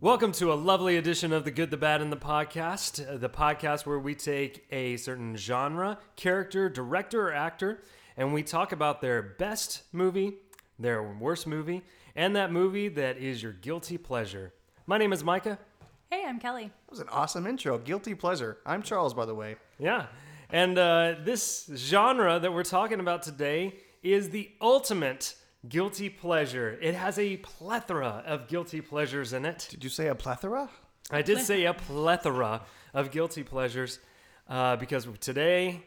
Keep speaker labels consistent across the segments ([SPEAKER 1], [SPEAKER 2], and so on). [SPEAKER 1] Welcome to a lovely edition of the Good, the Bad, and the Podcast, uh, the podcast where we take a certain genre, character, director, or actor, and we talk about their best movie, their worst movie, and that movie that is your guilty pleasure. My name is Micah.
[SPEAKER 2] Hey, I'm Kelly.
[SPEAKER 3] That was an awesome intro. Guilty pleasure. I'm Charles, by the way.
[SPEAKER 1] Yeah. And uh, this genre that we're talking about today is the ultimate guilty pleasure. It has a plethora of guilty pleasures in it.
[SPEAKER 3] Did you say a plethora?
[SPEAKER 1] I did say a plethora of guilty pleasures uh, because today,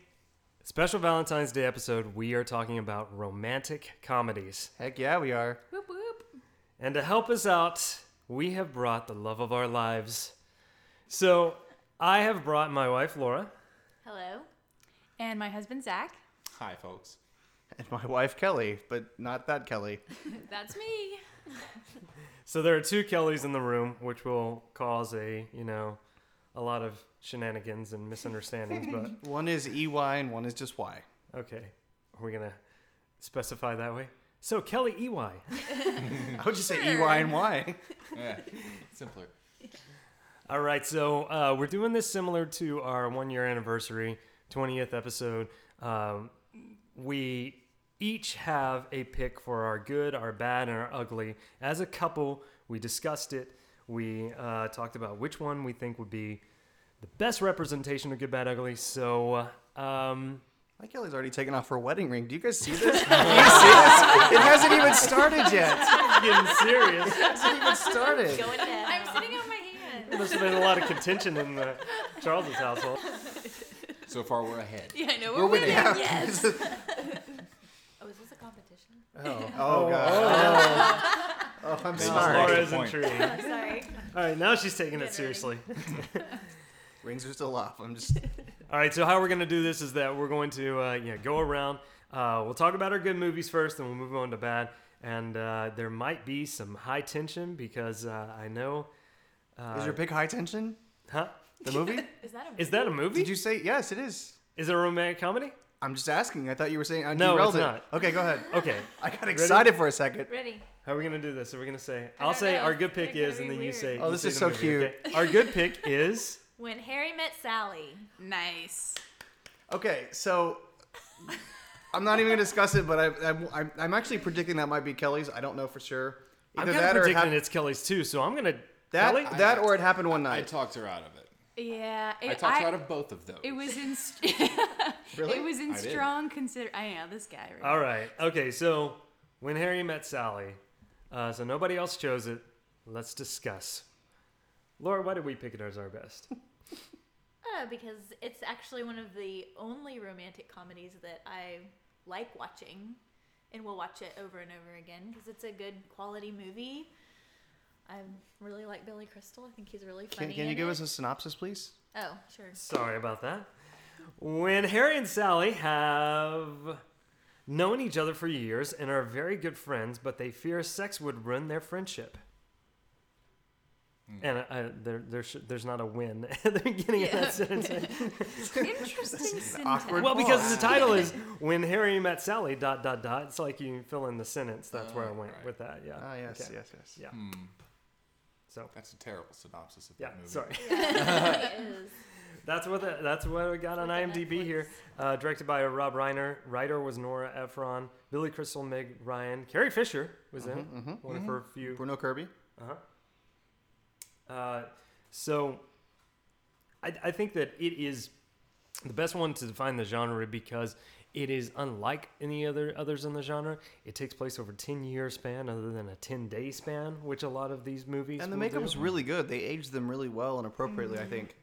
[SPEAKER 1] special Valentine's Day episode, we are talking about romantic comedies.
[SPEAKER 3] Heck yeah, we are.
[SPEAKER 2] Whoop whoop.
[SPEAKER 1] And to help us out, we have brought the love of our lives. So I have brought my wife, Laura.
[SPEAKER 2] Hello. And my husband Zach.
[SPEAKER 4] Hi, folks.
[SPEAKER 3] And my wife Kelly, but not that Kelly.
[SPEAKER 2] That's me.
[SPEAKER 1] So there are two Kellys in the room, which will cause a, you know, a lot of shenanigans and misunderstandings, but.
[SPEAKER 3] One is EY and one is just Y.
[SPEAKER 1] Okay. Are we going to specify that way? So, Kelly E EY.
[SPEAKER 3] I would just say EY and Y.
[SPEAKER 4] Yeah, simpler.
[SPEAKER 1] All right. So, uh, we're doing this similar to our one year anniversary, 20th episode. Um, we each have a pick for our good, our bad, and our ugly. As a couple, we discussed it. We uh, talked about which one we think would be the best representation of good, bad, ugly. So, um,
[SPEAKER 3] My Kelly's already taken off her wedding ring. Do you guys see this? Do you see this? It hasn't even started yet.
[SPEAKER 1] getting serious.
[SPEAKER 3] It hasn't even started.
[SPEAKER 2] I'm sitting on my hand.
[SPEAKER 1] There's been a lot of contention in the Charles's household.
[SPEAKER 4] So far, we're ahead.
[SPEAKER 2] Yeah, I know.
[SPEAKER 3] We're winning.
[SPEAKER 2] Yes.
[SPEAKER 3] oh,
[SPEAKER 2] Oh, is this a competition?
[SPEAKER 3] oh, God. Oh, I'm
[SPEAKER 4] This is
[SPEAKER 3] sorry.
[SPEAKER 1] Laura
[SPEAKER 4] Good
[SPEAKER 1] is
[SPEAKER 4] point.
[SPEAKER 1] intrigued.
[SPEAKER 2] I'm Oh, sorry.
[SPEAKER 1] All right, now she's taking it
[SPEAKER 2] Good
[SPEAKER 1] seriously.
[SPEAKER 3] Rings are still off. I'm just.
[SPEAKER 1] All right, so how we're gonna do this is that we're going to uh, yeah go around. Uh, we'll talk about our good movies first, then we'll move on to bad. And uh, there might be some high tension because uh, I know. Uh,
[SPEAKER 3] Is your pick high tension?
[SPEAKER 1] huh?
[SPEAKER 3] The movie?
[SPEAKER 2] Is that a
[SPEAKER 1] Is that a
[SPEAKER 3] Did
[SPEAKER 1] movie?
[SPEAKER 3] you say yes? It is.
[SPEAKER 1] Is it a romantic comedy?
[SPEAKER 3] I'm just asking. I thought you were saying I
[SPEAKER 1] No,
[SPEAKER 3] derailed
[SPEAKER 1] it's
[SPEAKER 3] it.
[SPEAKER 1] not.
[SPEAKER 3] Okay, go ahead.
[SPEAKER 1] Okay.
[SPEAKER 3] I got excited for a second.
[SPEAKER 2] ready?
[SPEAKER 1] How are we gonna do this? Are we gonna say?
[SPEAKER 2] I
[SPEAKER 1] I'll
[SPEAKER 2] don't
[SPEAKER 1] say
[SPEAKER 2] know.
[SPEAKER 1] our good pick
[SPEAKER 2] They're gonna
[SPEAKER 1] is, and
[SPEAKER 2] be
[SPEAKER 1] then you
[SPEAKER 2] weird.
[SPEAKER 1] say.
[SPEAKER 3] Oh,
[SPEAKER 1] you
[SPEAKER 3] this
[SPEAKER 1] say
[SPEAKER 3] is
[SPEAKER 1] the
[SPEAKER 3] so
[SPEAKER 1] movie,
[SPEAKER 3] cute.
[SPEAKER 1] okay? Our good pick is.
[SPEAKER 2] When Harry Met Sally.
[SPEAKER 5] Nice.
[SPEAKER 3] Okay, so I'm not even gonna discuss it, but I, I'm, I'm, I'm actually predicting that might be Kelly's. I don't know for sure.
[SPEAKER 1] I'm
[SPEAKER 3] Either
[SPEAKER 1] kind of
[SPEAKER 3] that or it
[SPEAKER 1] predicting
[SPEAKER 3] hap-
[SPEAKER 1] it's Kelly's too, so I'm gonna.
[SPEAKER 3] that
[SPEAKER 1] Kelly?
[SPEAKER 3] that or it happened one
[SPEAKER 4] I
[SPEAKER 3] night.
[SPEAKER 4] talked her out of it.
[SPEAKER 5] Yeah. It,
[SPEAKER 4] I talked her
[SPEAKER 5] I-
[SPEAKER 4] out of both of those.
[SPEAKER 5] It was in. St-
[SPEAKER 3] Really?
[SPEAKER 5] It was in
[SPEAKER 4] I did.
[SPEAKER 5] strong consider. I know this guy. Right?
[SPEAKER 1] All right. Okay. So when Harry met Sally, uh, so nobody else chose it. Let's discuss. Laura, why did we pick it as our best?
[SPEAKER 2] Oh, because it's actually one of the only romantic comedies that I like watching, and will watch it over and over again because it's a good quality movie. I really like Billy Crystal. I think he's really
[SPEAKER 3] Can,
[SPEAKER 2] funny.
[SPEAKER 3] can you
[SPEAKER 2] in
[SPEAKER 3] give
[SPEAKER 2] it.
[SPEAKER 3] us a synopsis, please?
[SPEAKER 2] Oh, sure.
[SPEAKER 1] Sorry about that. When Harry and Sally have known each other for years and are very good friends, but they fear sex would ruin their friendship. And I, I, there, there should, there's not a win at the beginning of that sentence.
[SPEAKER 5] Interesting syntax.
[SPEAKER 3] awkward
[SPEAKER 1] Well, because the title is "When Harry Met Sally." Dot dot dot. It's like you fill in the sentence. That's where I went
[SPEAKER 4] right.
[SPEAKER 1] with that. Yeah.
[SPEAKER 3] Ah, yes,
[SPEAKER 1] Okay.
[SPEAKER 3] yes, yes.
[SPEAKER 1] Yeah. So
[SPEAKER 4] That's a terrible synopsis of
[SPEAKER 1] yeah,
[SPEAKER 4] that movie.
[SPEAKER 1] sorry.
[SPEAKER 2] It is.
[SPEAKER 1] That's what the, that's what we got on
[SPEAKER 2] Like a
[SPEAKER 1] IMDb here. Uh, directed by Rob Reiner. Writer was Nora Ephron. Billy Crystal, Meg Ryan, Carrie Fisher was in one of her few.
[SPEAKER 3] Bruno Kirby.
[SPEAKER 1] Uh, so I, I think that it is the best one to define the genre because it is unlike any other others in the genre. It takes place over ten year span, other than a ten day span, which a lot of these movies
[SPEAKER 3] And the
[SPEAKER 1] will
[SPEAKER 3] makeup's
[SPEAKER 1] do.
[SPEAKER 3] really good. They aged them really well and appropriately, I think.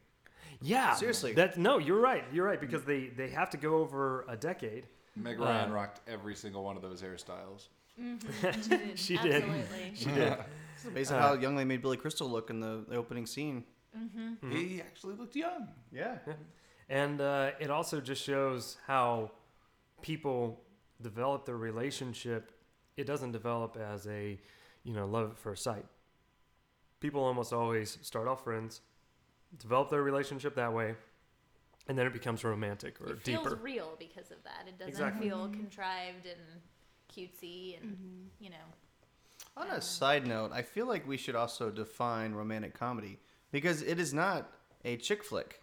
[SPEAKER 1] yeah
[SPEAKER 3] Seriously.
[SPEAKER 1] that no you're right you're right because they they have to go over a decade.
[SPEAKER 4] Meg Ryan
[SPEAKER 3] Uh,
[SPEAKER 4] rocked every single one of those hairstyles.
[SPEAKER 1] She did.
[SPEAKER 2] Absolutely.
[SPEAKER 1] She did.
[SPEAKER 3] It's amazing
[SPEAKER 1] Uh.
[SPEAKER 3] how young they made Billy Crystal look in the, the opening scene. mm-hmm.
[SPEAKER 4] He actually looked young.
[SPEAKER 3] Yeah.
[SPEAKER 1] And uh, it also just shows how people develop their relationship. It doesn't develop as a, you know, love at first sight. People almost always start off friends, develop their relationship that way, and then it becomes romantic or
[SPEAKER 2] it
[SPEAKER 1] deeper.
[SPEAKER 2] feels real because of that. It doesn't
[SPEAKER 1] Exactly.
[SPEAKER 2] feel contrived and cutesy and you know.
[SPEAKER 3] On a side note, I feel like we should also define romantic comedy because it is not a chick flick.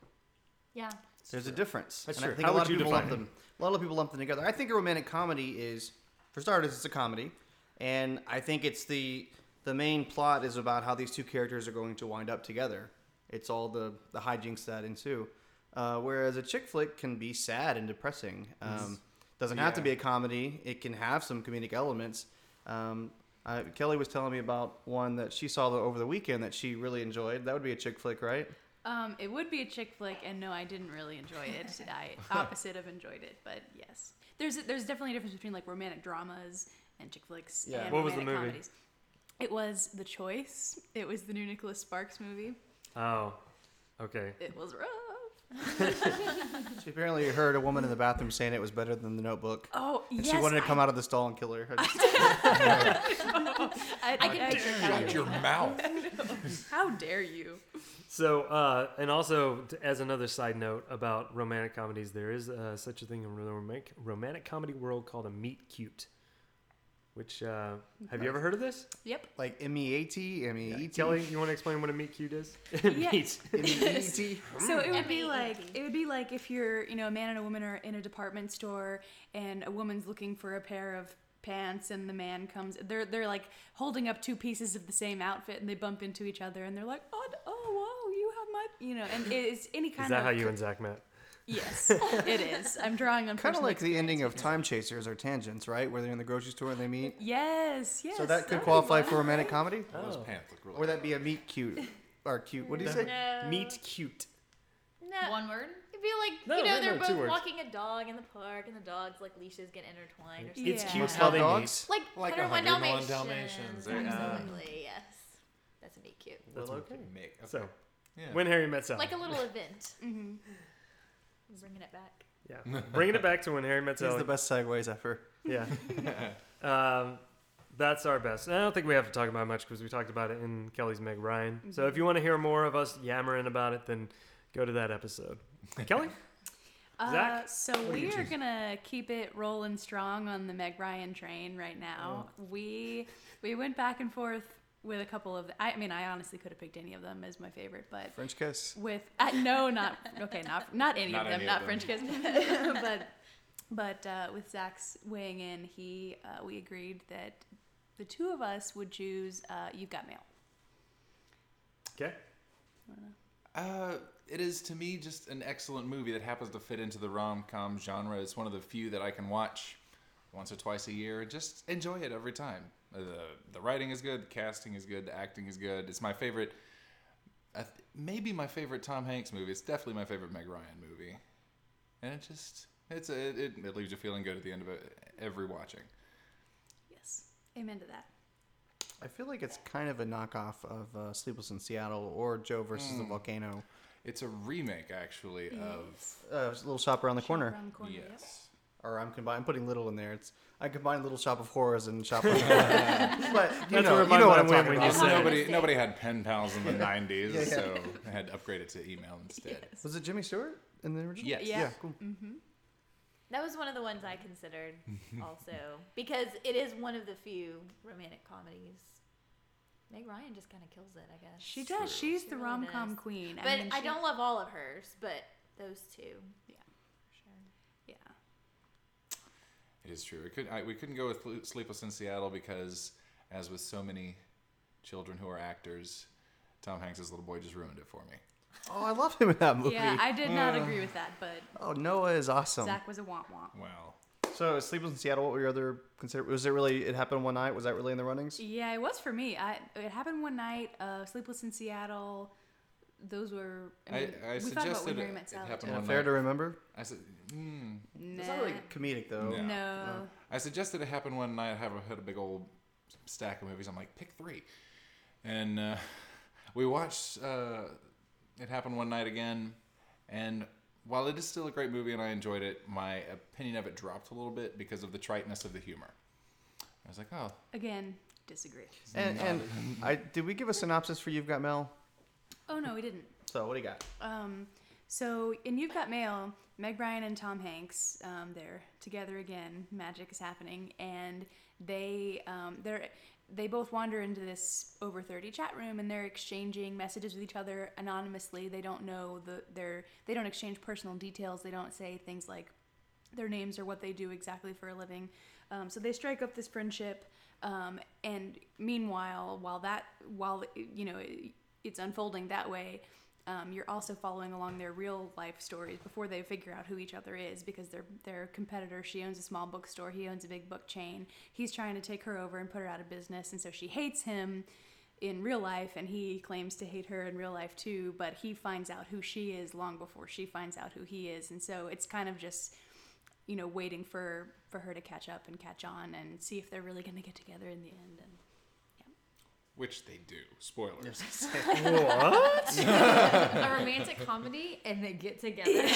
[SPEAKER 2] Yeah.
[SPEAKER 3] There's a difference.
[SPEAKER 1] That's
[SPEAKER 3] and
[SPEAKER 1] true.
[SPEAKER 3] I think
[SPEAKER 1] How
[SPEAKER 3] a lot
[SPEAKER 1] would you
[SPEAKER 3] of people lump
[SPEAKER 1] define it?
[SPEAKER 3] them. A lot of people lump them together. I think a romantic comedy is, for starters, it's a comedy, and I think it's the the main plot is about how these two characters are going to wind up together. It's all the the hijinks that ensue. Uh, whereas a chick flick can be sad and depressing. Um, doesn't have to
[SPEAKER 4] Yeah.
[SPEAKER 3] be a comedy. It can have some comedic elements. Um, uh, Kelly was telling me about one that she saw over the weekend that she really enjoyed. That would be a chick flick, right?
[SPEAKER 5] Um, it would be a chick flick, and no, I didn't really enjoy it. I opposite of enjoyed it, but yes, there's there's definitely a difference between like romantic dramas and chick flicks.
[SPEAKER 3] Yeah.
[SPEAKER 5] and
[SPEAKER 1] What was the
[SPEAKER 5] romantic
[SPEAKER 1] movie?
[SPEAKER 5] Comedies. It was The Choice. It was the new Nicholas Sparks movie.
[SPEAKER 1] Oh, okay.
[SPEAKER 5] It was rough.
[SPEAKER 3] She apparently heard a woman in the bathroom saying it was better than the notebook.
[SPEAKER 5] Oh
[SPEAKER 3] And
[SPEAKER 5] yes,
[SPEAKER 3] she wanted to
[SPEAKER 5] I-
[SPEAKER 3] come out of the stall and kill her. I just-
[SPEAKER 5] I,
[SPEAKER 2] can
[SPEAKER 5] I-
[SPEAKER 2] picture
[SPEAKER 5] I-
[SPEAKER 4] Shut your mouth.
[SPEAKER 5] How dare you?
[SPEAKER 1] So, uh, and also t- as another side note about romantic comedies, there is uh, such a thing in the romantic romantic comedy world called a meet cute. Which uh, have you ever heard of this,
[SPEAKER 5] Yep.
[SPEAKER 3] like M E A T, M E E T,
[SPEAKER 1] Kelly? You want to explain what a meet cute is?
[SPEAKER 5] Yeah.
[SPEAKER 1] Meet.
[SPEAKER 3] M E E T.
[SPEAKER 5] So it would be
[SPEAKER 2] M A E
[SPEAKER 5] like
[SPEAKER 2] T.
[SPEAKER 5] it would be like if you're you know a man and a woman are in a department store and a woman's looking for a pair of pants and the man comes they're they're like holding up two pieces of the same outfit and they bump into each other and they're like oh d- oh wow you have my you know and it's any kind
[SPEAKER 1] Is that
[SPEAKER 5] of
[SPEAKER 1] how you and Zach met?
[SPEAKER 5] yes it is I'm drawing
[SPEAKER 3] Kind
[SPEAKER 5] on
[SPEAKER 3] of
[SPEAKER 5] personal
[SPEAKER 3] like the
[SPEAKER 5] experience.
[SPEAKER 3] ending of Time Chasers or Tangents, right? Where they're in the grocery store and they meet.
[SPEAKER 5] yes yes
[SPEAKER 3] So that could qualify for romantic comedy,
[SPEAKER 4] Those pants look really
[SPEAKER 3] Oh. or that be a meet cute or cute. What do you say?
[SPEAKER 2] No.
[SPEAKER 1] Meet cute.
[SPEAKER 2] No.
[SPEAKER 5] one word
[SPEAKER 2] It'd be like
[SPEAKER 1] No,
[SPEAKER 2] you know
[SPEAKER 1] no,
[SPEAKER 2] they're
[SPEAKER 1] no, two
[SPEAKER 2] both
[SPEAKER 1] words.
[SPEAKER 2] walking a dog in the park, and the dog's like leashes get intertwined or something.
[SPEAKER 1] It's
[SPEAKER 5] Yeah.
[SPEAKER 1] cute
[SPEAKER 5] Must
[SPEAKER 1] how
[SPEAKER 3] Love
[SPEAKER 1] they
[SPEAKER 3] dogs.
[SPEAKER 1] meet.
[SPEAKER 2] Like,
[SPEAKER 4] Like
[SPEAKER 2] 101
[SPEAKER 4] 101
[SPEAKER 2] Dalmatians.
[SPEAKER 4] Dalmatians, there you go.
[SPEAKER 2] Absolutely, yes. That's a meet cute.
[SPEAKER 1] That's
[SPEAKER 3] Well,
[SPEAKER 1] okay.
[SPEAKER 4] Make- okay.
[SPEAKER 1] So,
[SPEAKER 4] Yeah.
[SPEAKER 1] when Harry met Sally.
[SPEAKER 2] Like a little event. mm-hmm. Bringing it back.
[SPEAKER 1] yeah. Bringing it back to when Harry met
[SPEAKER 3] These are
[SPEAKER 1] Sally.
[SPEAKER 3] the best segues ever.
[SPEAKER 1] Yeah. um, that's our best. And I don't think we have to talk about it much because we talked about it in Kelly's Meg Ryan. So
[SPEAKER 3] Mm-hmm.
[SPEAKER 1] if you want to hear more of us yammering about it, then go to that episode. Kelly?
[SPEAKER 5] Uh,
[SPEAKER 1] Zach,
[SPEAKER 5] so
[SPEAKER 1] do you
[SPEAKER 5] we are
[SPEAKER 1] choose?
[SPEAKER 5] gonna keep it rolling strong on the Meg Ryan train right now.
[SPEAKER 4] Oh.
[SPEAKER 5] We we went back and forth with a couple of. I, I mean, I honestly could have picked any of them as my favorite, but
[SPEAKER 3] French kiss.
[SPEAKER 5] with uh, no, not okay, not not any
[SPEAKER 4] Not
[SPEAKER 5] of them,
[SPEAKER 4] any of
[SPEAKER 5] not
[SPEAKER 4] them.
[SPEAKER 5] French kiss, but but uh, with Zach's weighing in, he uh, we agreed that the two of us would choose. Uh, You've got mail.
[SPEAKER 1] Okay.
[SPEAKER 4] Uh, it is to me just an excellent movie that happens to fit into the rom com genre. It's one of the few that I can watch once or twice a year and just enjoy it every time. Uh, The the writing is good, the casting is good, the acting is good. It's my favorite. I th- maybe my favorite Tom Hanks movie. It's definitely my favorite Meg Ryan movie, and it just it's a, it, it it leaves you feeling good at the end of it, every watching.
[SPEAKER 5] Yes, amen to that.
[SPEAKER 3] I feel like it's kind of a knockoff of uh, Sleepless in Seattle or Joe versus
[SPEAKER 5] Mm.
[SPEAKER 3] the Volcano.
[SPEAKER 4] It's a remake actually
[SPEAKER 5] Mm-hmm.
[SPEAKER 4] of
[SPEAKER 3] Uh, Little Shop Around the Corner.
[SPEAKER 5] Around the corner, yep.
[SPEAKER 4] yes.
[SPEAKER 3] or I'm combining. I'm putting little in there. It's I combine Little Shop of Horrors and Shop of Horrors. but you
[SPEAKER 1] That's
[SPEAKER 3] know,
[SPEAKER 1] where
[SPEAKER 3] you
[SPEAKER 1] my
[SPEAKER 3] know what
[SPEAKER 1] mind
[SPEAKER 3] I'm
[SPEAKER 1] went
[SPEAKER 3] talking
[SPEAKER 1] when you
[SPEAKER 3] about.
[SPEAKER 4] Also,
[SPEAKER 1] said-
[SPEAKER 4] nobody nobody had pen pals in the '90s, so I had to upgrade it to email instead.
[SPEAKER 3] Was it Jimmy Stewart in the original?
[SPEAKER 4] Yes.
[SPEAKER 5] Yeah.
[SPEAKER 3] Yeah. Cool.
[SPEAKER 2] That was one of the ones I considered also because it is one of the few romantic comedies. Meg Ryan just kind of kills it, I guess.
[SPEAKER 5] She does. She's
[SPEAKER 2] She
[SPEAKER 5] the
[SPEAKER 2] really
[SPEAKER 5] rom com
[SPEAKER 2] does.
[SPEAKER 5] queen.
[SPEAKER 2] but I,
[SPEAKER 5] mean, she-
[SPEAKER 2] don't love all of hers, but those two.
[SPEAKER 5] Yeah.
[SPEAKER 2] for
[SPEAKER 5] Yeah.
[SPEAKER 4] It is true. It could, I, we couldn't go with Ple- Sleepless in Seattle because, as with so many children who are actors, Tom Hanks' little boy just ruined it for me.
[SPEAKER 3] Oh, I love him in that movie.
[SPEAKER 5] Yeah, I did not agree with that, but
[SPEAKER 3] oh, Noah is awesome.
[SPEAKER 5] Zach was a womp womp.
[SPEAKER 4] Well,
[SPEAKER 3] So Sleepless in Seattle. What were your other consider? Was it really? It happened one night. Was that really in the runnings?
[SPEAKER 5] Yeah, it was for me. I it happened one night. Uh, Sleepless in Seattle. Those were. I,
[SPEAKER 4] I,
[SPEAKER 5] mean,
[SPEAKER 4] I,
[SPEAKER 5] we thought about
[SPEAKER 4] suggested
[SPEAKER 5] when
[SPEAKER 4] it,
[SPEAKER 5] Harry met
[SPEAKER 4] it
[SPEAKER 5] Sally.
[SPEAKER 4] happened
[SPEAKER 3] And
[SPEAKER 4] one
[SPEAKER 3] fair
[SPEAKER 4] night.
[SPEAKER 3] to remember.
[SPEAKER 4] I said, mm.
[SPEAKER 5] Nah.
[SPEAKER 3] It's not really comedic though.
[SPEAKER 4] No.
[SPEAKER 5] No.
[SPEAKER 4] I suggested it happened one night. I have a- had a big old stack of movies. I'm like, pick three, and uh, we watched uh, it happened one night again. And while it is still a great movie and I enjoyed it, my opinion of it dropped a little bit because of the triteness of the humor. I was like, oh,
[SPEAKER 5] Again, disagree.
[SPEAKER 3] And, and I did we give a synopsis for You've Got Mail?
[SPEAKER 5] Oh no, we didn't.
[SPEAKER 3] So what do you got?
[SPEAKER 5] Um, so in You've Got Mail, Meg Ryan and Tom Hanks, um, they're together again. Magic is happening, and they um, they're they both wander into this over 30 chat room and they're exchanging messages with each other anonymously. They don't know the their they don't exchange personal details. They don't say things like their names or what they do exactly for a living. Um, so they strike up this friendship. Um, and meanwhile, while that while you know it, it's unfolding that way, um, you're also following along their real life stories before they figure out who each other is because they're they're a competitor. She owns a small bookstore. He owns a big book chain. He's trying to take her over and put her out of business, and so she hates him in real life and he claims to hate her in real life too but he finds out who she is long before she finds out who he is and so it's kind of just you know waiting for for her to catch up and catch on and see if they're really going to get together in the end and
[SPEAKER 4] Which they do. Spoilers.
[SPEAKER 1] What?
[SPEAKER 2] a romantic comedy and they get together.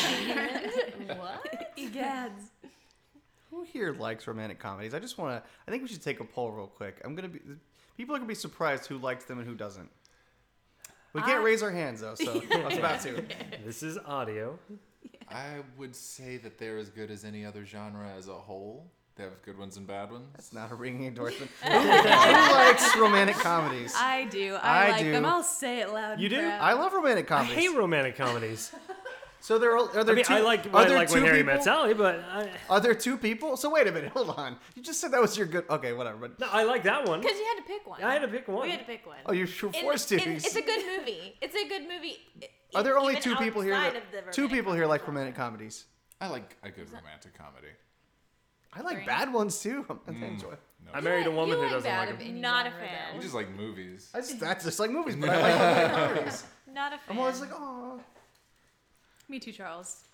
[SPEAKER 2] what?
[SPEAKER 5] egads
[SPEAKER 3] Who here likes romantic comedies? I just want to. I think we should take a poll real quick. I'm gonna be. People are gonna be surprised who likes them and who doesn't. We can't
[SPEAKER 2] Uh,
[SPEAKER 3] raise our hands though, so I was about to.
[SPEAKER 1] this is audio.
[SPEAKER 4] I would say that they're as good as any other genre as a whole. They have good ones and bad ones.
[SPEAKER 3] It's not a ringing endorsement. who, who likes romantic comedies? I,
[SPEAKER 5] i do i,
[SPEAKER 3] I
[SPEAKER 5] like
[SPEAKER 3] do.
[SPEAKER 5] them i'll say it loud
[SPEAKER 1] You
[SPEAKER 5] and
[SPEAKER 1] do?
[SPEAKER 5] proud.
[SPEAKER 3] love romantic
[SPEAKER 1] I
[SPEAKER 3] comedies.
[SPEAKER 1] hate romantic comedies.
[SPEAKER 3] so there are, are
[SPEAKER 1] I
[SPEAKER 3] there
[SPEAKER 1] mean,
[SPEAKER 3] two,
[SPEAKER 1] I like
[SPEAKER 3] are
[SPEAKER 1] I
[SPEAKER 3] there
[SPEAKER 1] like
[SPEAKER 3] two
[SPEAKER 1] when Harry
[SPEAKER 3] people?
[SPEAKER 1] met Sally, but I,
[SPEAKER 3] Are there two people? So wait a minute, hold on. You just said that was your good. Okay, whatever. But
[SPEAKER 1] no, I like that one.
[SPEAKER 2] Because you had to pick one.
[SPEAKER 1] I had to pick one.
[SPEAKER 2] We had to pick one.
[SPEAKER 3] oh, you're sure
[SPEAKER 2] In-
[SPEAKER 3] forced
[SPEAKER 2] in-
[SPEAKER 3] to.
[SPEAKER 2] It's a good movie. It's a good movie. e-
[SPEAKER 3] are there only
[SPEAKER 2] even
[SPEAKER 3] two people here?
[SPEAKER 2] outside
[SPEAKER 3] That,
[SPEAKER 2] of the
[SPEAKER 3] two
[SPEAKER 2] romantic
[SPEAKER 3] people here like
[SPEAKER 2] comedy
[SPEAKER 3] romantic comedies.
[SPEAKER 4] I like a good romantic comedy.
[SPEAKER 3] I like
[SPEAKER 2] Three.
[SPEAKER 3] bad ones too. I
[SPEAKER 1] Hmm.
[SPEAKER 3] enjoy.
[SPEAKER 4] No.
[SPEAKER 1] I married a
[SPEAKER 6] You
[SPEAKER 1] woman who
[SPEAKER 6] like
[SPEAKER 1] doesn't
[SPEAKER 6] bad
[SPEAKER 1] like
[SPEAKER 6] of
[SPEAKER 1] him.
[SPEAKER 6] any
[SPEAKER 2] Not a
[SPEAKER 6] genre,
[SPEAKER 2] fan.
[SPEAKER 6] though.
[SPEAKER 4] You just like movies.
[SPEAKER 3] I just, that's just like movies, but I like romantic comedies.
[SPEAKER 2] genre. Not a fan.
[SPEAKER 3] I'm always like, oh,
[SPEAKER 5] me too charles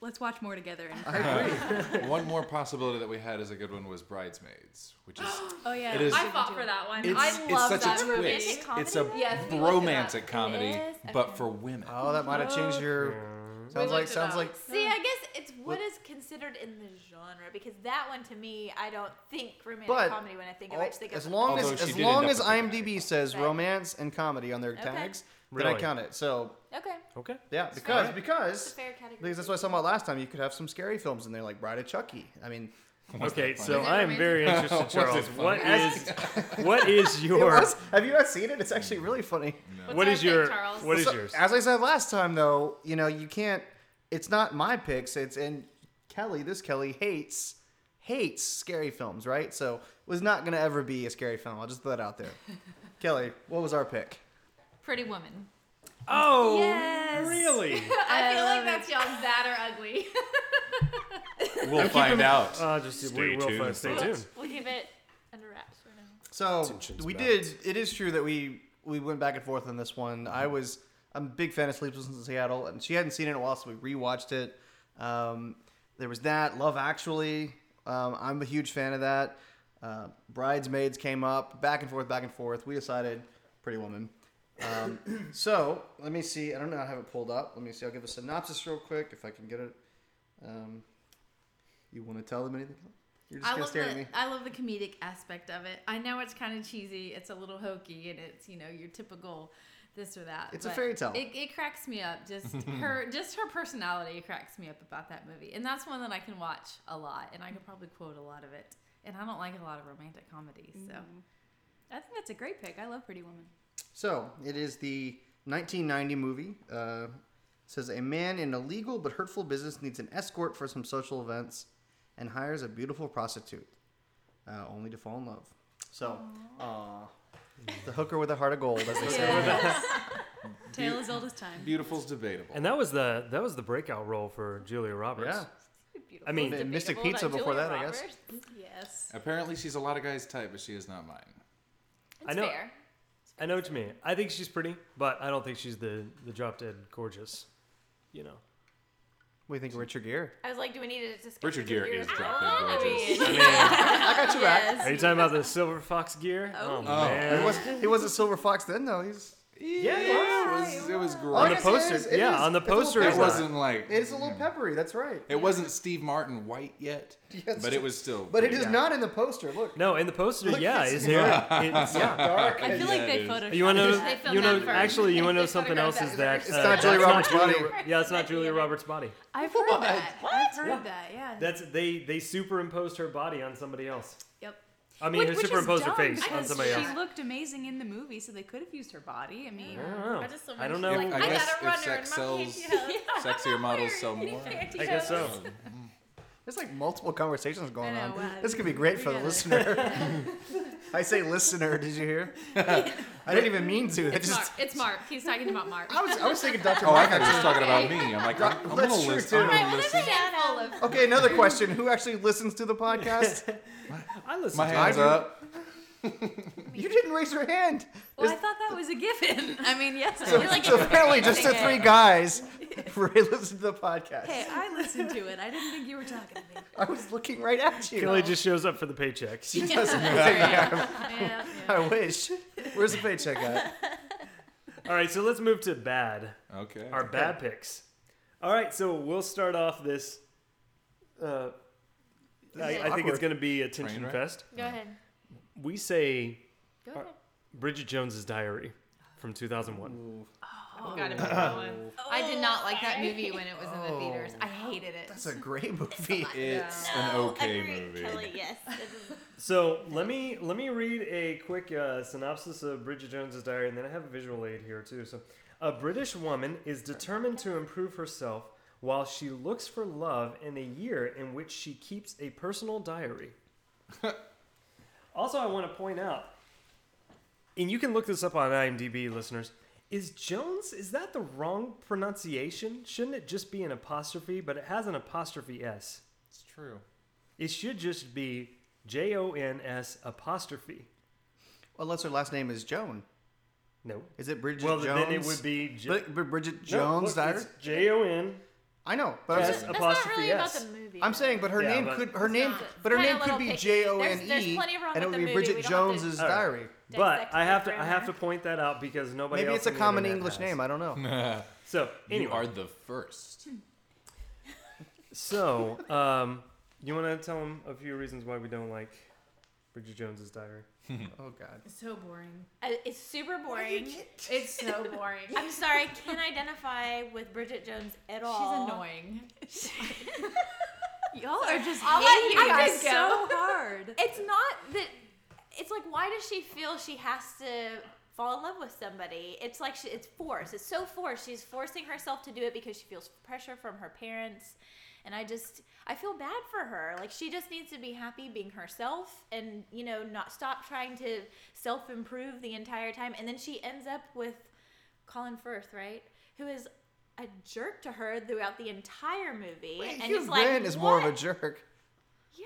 [SPEAKER 5] let's watch more together and
[SPEAKER 3] I agree.
[SPEAKER 4] one more possibility that we had as a good one was Bridesmaids, which is
[SPEAKER 5] oh yeah
[SPEAKER 4] It is-
[SPEAKER 2] I fought for that one.
[SPEAKER 4] it's,
[SPEAKER 2] I
[SPEAKER 4] it's
[SPEAKER 2] love
[SPEAKER 4] such
[SPEAKER 2] that
[SPEAKER 4] a
[SPEAKER 2] romantic
[SPEAKER 4] twist.
[SPEAKER 2] comedy.
[SPEAKER 4] It's a
[SPEAKER 2] though.
[SPEAKER 6] Yes, we looked it
[SPEAKER 4] romantic
[SPEAKER 6] up.
[SPEAKER 4] comedy,
[SPEAKER 6] It is?
[SPEAKER 4] but
[SPEAKER 6] Okay.
[SPEAKER 4] for women.
[SPEAKER 3] Oh, that might have changed your. Sounds like
[SPEAKER 6] looked it
[SPEAKER 3] sounds
[SPEAKER 6] up.
[SPEAKER 3] like
[SPEAKER 2] See, I guess it's what
[SPEAKER 3] oh, What-
[SPEAKER 2] is considered in the genre because that one to me, I don't think romantic
[SPEAKER 3] But
[SPEAKER 2] comedy when I think of it. I
[SPEAKER 3] all,
[SPEAKER 2] just think
[SPEAKER 3] as
[SPEAKER 2] of
[SPEAKER 3] long as
[SPEAKER 4] Although she
[SPEAKER 3] as
[SPEAKER 4] did
[SPEAKER 3] long
[SPEAKER 4] end
[SPEAKER 3] as
[SPEAKER 4] up with a guy.
[SPEAKER 3] IMDb says
[SPEAKER 2] Right.
[SPEAKER 3] romance and comedy on their tags, then I
[SPEAKER 1] Really?
[SPEAKER 3] count it. So
[SPEAKER 2] okay,
[SPEAKER 1] Okay.
[SPEAKER 3] yeah, because
[SPEAKER 2] it's a
[SPEAKER 3] because
[SPEAKER 2] fair category.
[SPEAKER 3] because that's what I was talking about last time. You could have some scary films in there, like Bride of Chucky. I mean,
[SPEAKER 1] Okay, so
[SPEAKER 6] Is it
[SPEAKER 1] I am
[SPEAKER 6] romantic?
[SPEAKER 1] very interested,
[SPEAKER 4] Was
[SPEAKER 1] Charles.
[SPEAKER 4] it funny?
[SPEAKER 1] What is what is
[SPEAKER 3] it
[SPEAKER 1] your
[SPEAKER 3] was, have you not seen it? It's actually really funny.
[SPEAKER 1] what is
[SPEAKER 6] our pick,
[SPEAKER 1] your
[SPEAKER 6] Charles?
[SPEAKER 1] what is
[SPEAKER 3] So,
[SPEAKER 1] yours?
[SPEAKER 3] As I said last time, though, you know, you can't. It's not my picks. It's and Kelly. This Kelly hates hates scary films, right? So it was not going to ever be a scary film. I'll just throw that out there. Kelly, what was our pick?
[SPEAKER 6] Pretty Woman.
[SPEAKER 1] Oh,
[SPEAKER 5] Yes.
[SPEAKER 1] really?
[SPEAKER 6] I feel
[SPEAKER 5] love
[SPEAKER 6] like
[SPEAKER 2] Um,
[SPEAKER 6] that's y'all bad or ugly.
[SPEAKER 4] We'll find out.
[SPEAKER 1] Uh, just
[SPEAKER 4] Stay
[SPEAKER 1] we, will
[SPEAKER 4] tuned,
[SPEAKER 1] find, stay
[SPEAKER 4] folks.
[SPEAKER 1] tuned.
[SPEAKER 2] we'll keep it under wraps for now.
[SPEAKER 3] So
[SPEAKER 1] Tensions
[SPEAKER 3] we did.
[SPEAKER 1] balance.
[SPEAKER 3] It is true that we we went back and forth on this one. I was I'm a big fan of Sleepless in Seattle, and she hadn't seen it in a while, so we rewatched it. Um, there was that Love Actually. Um, I'm a huge fan of that. Uh, Bridesmaids came up, back and forth, back and forth. We decided Pretty Woman. Um, so let me see. I don't know. I have it pulled up. Let me see. I'll give a synopsis real quick if I can get it. Um, you want to tell them anything? You're just
[SPEAKER 6] I
[SPEAKER 3] gonna
[SPEAKER 6] love
[SPEAKER 3] stare at
[SPEAKER 6] the
[SPEAKER 3] me.
[SPEAKER 6] I love the comedic aspect of it. I know it's kind of cheesy, it's a little hokey, and it's you know your typical this or that.
[SPEAKER 3] It's a
[SPEAKER 6] but
[SPEAKER 3] fairy tale.
[SPEAKER 6] It, it cracks me up. Just her, just her personality cracks me up about that movie, and that's one that I can watch a lot, and I can probably quote a lot of it. And I don't like a lot of romantic comedies, so
[SPEAKER 2] Mm-hmm.
[SPEAKER 5] i think that's a great pick i love pretty woman
[SPEAKER 3] So it is the 1990 movie. Uh, it says a man in a legal but hurtful business needs an escort for some social events, and hires a beautiful prostitute, uh, only to fall in love. So, aw. the hooker with a heart of gold, as they say.
[SPEAKER 5] tale as old as time
[SPEAKER 4] Beautiful's debatable.
[SPEAKER 1] And that was the that was the breakout role for Julia Roberts.
[SPEAKER 3] Yeah,
[SPEAKER 1] I mean,
[SPEAKER 3] And Mystic
[SPEAKER 2] Debatable
[SPEAKER 3] Pizza
[SPEAKER 2] about
[SPEAKER 3] before
[SPEAKER 2] Julia
[SPEAKER 3] that, I guess.
[SPEAKER 2] Roberts.
[SPEAKER 6] yes,
[SPEAKER 4] Apparently, she's a lot of guys' type, but she is not mine.
[SPEAKER 1] I
[SPEAKER 2] It's
[SPEAKER 1] know-
[SPEAKER 2] fair.
[SPEAKER 1] I know what you mean. I think she's pretty, but I don't think she's the the drop dead gorgeous. You know.
[SPEAKER 3] we think of Richard Gere.
[SPEAKER 2] I was like, do we need to discuss
[SPEAKER 4] Richard Gere is
[SPEAKER 2] Gere's
[SPEAKER 4] drop
[SPEAKER 2] role?
[SPEAKER 4] dead
[SPEAKER 2] I
[SPEAKER 4] gorgeous.
[SPEAKER 2] mean,
[SPEAKER 3] I got you back.
[SPEAKER 1] Are you talking about the silver fox gear? Oh,
[SPEAKER 3] He
[SPEAKER 1] man.
[SPEAKER 3] wasn't, he wasn't Silver Fox then, though. He's
[SPEAKER 1] Yeah,
[SPEAKER 4] it was. It was
[SPEAKER 3] All I
[SPEAKER 1] On the
[SPEAKER 3] can
[SPEAKER 4] great.
[SPEAKER 3] say
[SPEAKER 1] poster-
[SPEAKER 3] is it
[SPEAKER 1] yeah,
[SPEAKER 3] is-
[SPEAKER 1] on the
[SPEAKER 3] it's a little
[SPEAKER 1] poster
[SPEAKER 4] It
[SPEAKER 1] it's
[SPEAKER 3] peppery.
[SPEAKER 4] wasn't like
[SPEAKER 3] It's a little peppery. That's right.
[SPEAKER 4] It wasn't Steve Martin white yet,
[SPEAKER 3] Yes.
[SPEAKER 4] but it was still.
[SPEAKER 3] But it
[SPEAKER 4] pretty.
[SPEAKER 3] is not in the poster. Look,
[SPEAKER 1] No, in the poster,
[SPEAKER 3] Look,
[SPEAKER 1] yeah,
[SPEAKER 3] it's-
[SPEAKER 1] his hair. It's, yeah.
[SPEAKER 3] dark.
[SPEAKER 5] i feel
[SPEAKER 4] Yeah,
[SPEAKER 5] like
[SPEAKER 4] it
[SPEAKER 5] they
[SPEAKER 4] is.
[SPEAKER 5] photoshopped
[SPEAKER 1] You want
[SPEAKER 5] it.
[SPEAKER 6] They
[SPEAKER 1] to?
[SPEAKER 6] filmed
[SPEAKER 1] You know?
[SPEAKER 6] that first.
[SPEAKER 1] Actually, you want to know
[SPEAKER 6] They
[SPEAKER 1] something else?
[SPEAKER 6] photographed
[SPEAKER 1] Is
[SPEAKER 6] that
[SPEAKER 1] that uh,
[SPEAKER 6] first.
[SPEAKER 3] It's not Julia Roberts'
[SPEAKER 1] Julia,
[SPEAKER 3] body.
[SPEAKER 1] Yeah, it's not Julia Roberts' body.
[SPEAKER 5] i've heard that i've heard that yeah
[SPEAKER 1] That's they they superimposed her body on somebody else.
[SPEAKER 5] Yep.
[SPEAKER 1] I mean,
[SPEAKER 5] Which-
[SPEAKER 1] who
[SPEAKER 5] which is
[SPEAKER 1] superimposed her
[SPEAKER 5] dumb
[SPEAKER 1] face
[SPEAKER 5] because
[SPEAKER 1] on somebody
[SPEAKER 5] she
[SPEAKER 1] else.
[SPEAKER 5] looked amazing in the movie, so they could have used her body. I mean,
[SPEAKER 1] I don't know.
[SPEAKER 2] I just
[SPEAKER 1] I don't know.
[SPEAKER 4] If-
[SPEAKER 2] imagine, Like,
[SPEAKER 4] I
[SPEAKER 2] I,
[SPEAKER 4] guess
[SPEAKER 2] got
[SPEAKER 4] if
[SPEAKER 2] a runner
[SPEAKER 4] sex
[SPEAKER 2] in my
[SPEAKER 4] sells-
[SPEAKER 2] pantyhose.
[SPEAKER 4] Sexier models sell more. Oh,
[SPEAKER 1] I guess so.
[SPEAKER 3] There's like multiple conversations going
[SPEAKER 6] know,
[SPEAKER 3] on.
[SPEAKER 6] wow.
[SPEAKER 3] This could be great
[SPEAKER 6] We
[SPEAKER 3] for the
[SPEAKER 6] gotta-
[SPEAKER 3] listener. I say listener. Did you hear? I didn't even mean to. That
[SPEAKER 6] It's Mark.
[SPEAKER 3] just.
[SPEAKER 6] It's Mark. He's talking about Mark.
[SPEAKER 3] I was, I was thinking Dr.
[SPEAKER 4] Oh, I
[SPEAKER 3] Mike.
[SPEAKER 4] thought you were
[SPEAKER 3] actually.
[SPEAKER 4] talking about me. I'm like, I'm, I'm gonna
[SPEAKER 3] That's true,
[SPEAKER 4] listen. I'm
[SPEAKER 3] too.
[SPEAKER 4] gonna
[SPEAKER 2] Whatever
[SPEAKER 4] listen.
[SPEAKER 2] handful of
[SPEAKER 3] Okay, another question. Who actually listens to the podcast?
[SPEAKER 1] I listen.
[SPEAKER 4] My
[SPEAKER 1] to
[SPEAKER 4] hands
[SPEAKER 1] it.
[SPEAKER 4] up.
[SPEAKER 3] you didn't raise your hand.
[SPEAKER 6] well, I thought that was a given. I mean, yes. I feel like
[SPEAKER 3] So apparently, just the
[SPEAKER 6] everything
[SPEAKER 3] three guys really listen to the podcast.
[SPEAKER 5] hey, I listened to it. I didn't think you were talking to me.
[SPEAKER 3] I was looking right at you.
[SPEAKER 1] Kelly just shows up for the paycheck.
[SPEAKER 3] She doesn't
[SPEAKER 6] Yeah, yeah.
[SPEAKER 3] I wish. Where's the paycheck at?
[SPEAKER 1] All right, so let's move to bad.
[SPEAKER 4] Okay.
[SPEAKER 1] Our bad picks. All right, so we'll start off this. Uh, I, I think it's
[SPEAKER 3] awkward.
[SPEAKER 1] going to be a tension
[SPEAKER 4] Train wreck?
[SPEAKER 1] fest.
[SPEAKER 2] Go ahead.
[SPEAKER 1] We say
[SPEAKER 2] Go
[SPEAKER 1] Are-
[SPEAKER 2] ahead.
[SPEAKER 1] Bridget Jones's Diary from 2001.
[SPEAKER 6] Oh, gotta be that one. I did not like that movie when it was in the theaters. I hated it.
[SPEAKER 3] That's a great movie.
[SPEAKER 4] It's
[SPEAKER 2] No,
[SPEAKER 4] an okay
[SPEAKER 2] agreed,
[SPEAKER 4] movie.
[SPEAKER 2] Kelly, yes. This is-
[SPEAKER 1] So let me let me read a quick uh, synopsis of Bridget Jones's Diary, and then I have a visual aid here too. So, a British woman is determined to improve herself while she looks for love in a year in which she keeps a personal diary. also, I want to point out, and you can look this up on IMDb, listeners. Is Jones? Is that the wrong pronunciation? Shouldn't it just be an apostrophe? But it has an apostrophe s.
[SPEAKER 4] It's true.
[SPEAKER 1] It should just be J O N S apostrophe.
[SPEAKER 3] Unless her last name is Joan.
[SPEAKER 1] No.
[SPEAKER 3] Is it Bridget
[SPEAKER 1] well,
[SPEAKER 3] Jones?
[SPEAKER 1] then it would be J-
[SPEAKER 3] Bri- Bri- Bridget Jones' diary.
[SPEAKER 1] J O N
[SPEAKER 3] I know, but I'm,
[SPEAKER 1] S
[SPEAKER 3] saying,
[SPEAKER 2] That's not
[SPEAKER 1] apostrophe
[SPEAKER 2] really
[SPEAKER 1] S.
[SPEAKER 2] about the movie.
[SPEAKER 3] I'm
[SPEAKER 2] though.
[SPEAKER 3] saying, but her
[SPEAKER 1] Yeah,
[SPEAKER 3] name
[SPEAKER 1] but-
[SPEAKER 3] could her name,
[SPEAKER 2] not.
[SPEAKER 3] but her
[SPEAKER 2] Kinda
[SPEAKER 3] name
[SPEAKER 2] a
[SPEAKER 3] could
[SPEAKER 2] little
[SPEAKER 3] be
[SPEAKER 2] picky.
[SPEAKER 3] J O N
[SPEAKER 2] There's- there's
[SPEAKER 3] E,
[SPEAKER 2] plenty wrong
[SPEAKER 3] and it
[SPEAKER 2] with
[SPEAKER 3] would
[SPEAKER 2] the
[SPEAKER 3] be
[SPEAKER 2] movie.
[SPEAKER 3] Bridget
[SPEAKER 2] We don't have to-
[SPEAKER 3] Jones's
[SPEAKER 1] All right.
[SPEAKER 3] diary.
[SPEAKER 1] But
[SPEAKER 2] Dissect
[SPEAKER 1] I
[SPEAKER 2] the
[SPEAKER 1] have to I
[SPEAKER 2] grammar.
[SPEAKER 1] have to point that out because nobody
[SPEAKER 3] Maybe
[SPEAKER 1] else
[SPEAKER 3] it's a
[SPEAKER 1] on the
[SPEAKER 3] common
[SPEAKER 1] internet
[SPEAKER 3] English
[SPEAKER 1] has.
[SPEAKER 3] name. I don't know.
[SPEAKER 1] So
[SPEAKER 4] You are
[SPEAKER 1] anyway,
[SPEAKER 4] the first.
[SPEAKER 1] so um, you want to tell them a few reasons why we don't like Bridget Jones's Diary?
[SPEAKER 3] oh God.
[SPEAKER 6] It's so boring.
[SPEAKER 2] I- Uh, it's super boring.
[SPEAKER 6] It's so boring.
[SPEAKER 2] I'm sorry, I can't identify with Bridget Jones at all.
[SPEAKER 6] She's annoying.
[SPEAKER 5] Y'all are just
[SPEAKER 2] I'll let
[SPEAKER 5] hating
[SPEAKER 2] you
[SPEAKER 5] us
[SPEAKER 2] guys
[SPEAKER 5] so
[SPEAKER 2] go.
[SPEAKER 5] hard.
[SPEAKER 2] It's not that. It's like, why does she feel she has to fall in love with somebody? It's like she, it's forced. It's so forced. She's forcing herself to do it because she feels pressure from her parents. And I just, I feel bad for her. Like she just needs to be happy being herself, and you know, not stop trying to self improve the entire time. And then she ends up with Colin Firth, right? Who is a jerk to her throughout the entire movie. and
[SPEAKER 3] Hugh
[SPEAKER 2] it's like,
[SPEAKER 3] Grant is more of a
[SPEAKER 2] "What?"
[SPEAKER 3] jerk.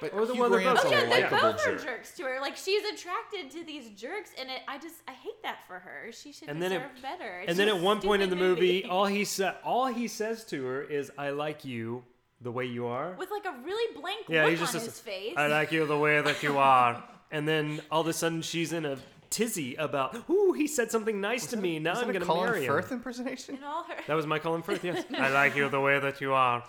[SPEAKER 4] But
[SPEAKER 1] Or the
[SPEAKER 4] Hugh
[SPEAKER 1] one that
[SPEAKER 4] Grant's a
[SPEAKER 1] both-
[SPEAKER 2] Yeah, they
[SPEAKER 4] likable
[SPEAKER 2] both are
[SPEAKER 4] jerk.
[SPEAKER 2] jerks to her. Like she's attracted to these jerks, and it, I just I hate that for her. She should
[SPEAKER 1] And then it-
[SPEAKER 2] deserve better. It's
[SPEAKER 1] And then
[SPEAKER 2] just
[SPEAKER 1] at one point in the
[SPEAKER 2] stupid
[SPEAKER 1] movie, all he sa- all he says to her is, "I like you the way you are."
[SPEAKER 2] with like a really blank
[SPEAKER 1] Yeah,
[SPEAKER 2] look
[SPEAKER 1] he's just
[SPEAKER 2] on
[SPEAKER 1] a-
[SPEAKER 2] his face.
[SPEAKER 1] I like you the way that you are. And then all of a sudden she's in a tizzy about, ooh, he said something nice to me. Now
[SPEAKER 3] Is
[SPEAKER 1] I'm
[SPEAKER 3] that
[SPEAKER 1] going
[SPEAKER 3] a
[SPEAKER 1] to
[SPEAKER 3] Colin
[SPEAKER 1] marry him.
[SPEAKER 3] Firth impersonation?
[SPEAKER 2] and all her.
[SPEAKER 1] That was my Colin Firth, yes. I like you the way that you are.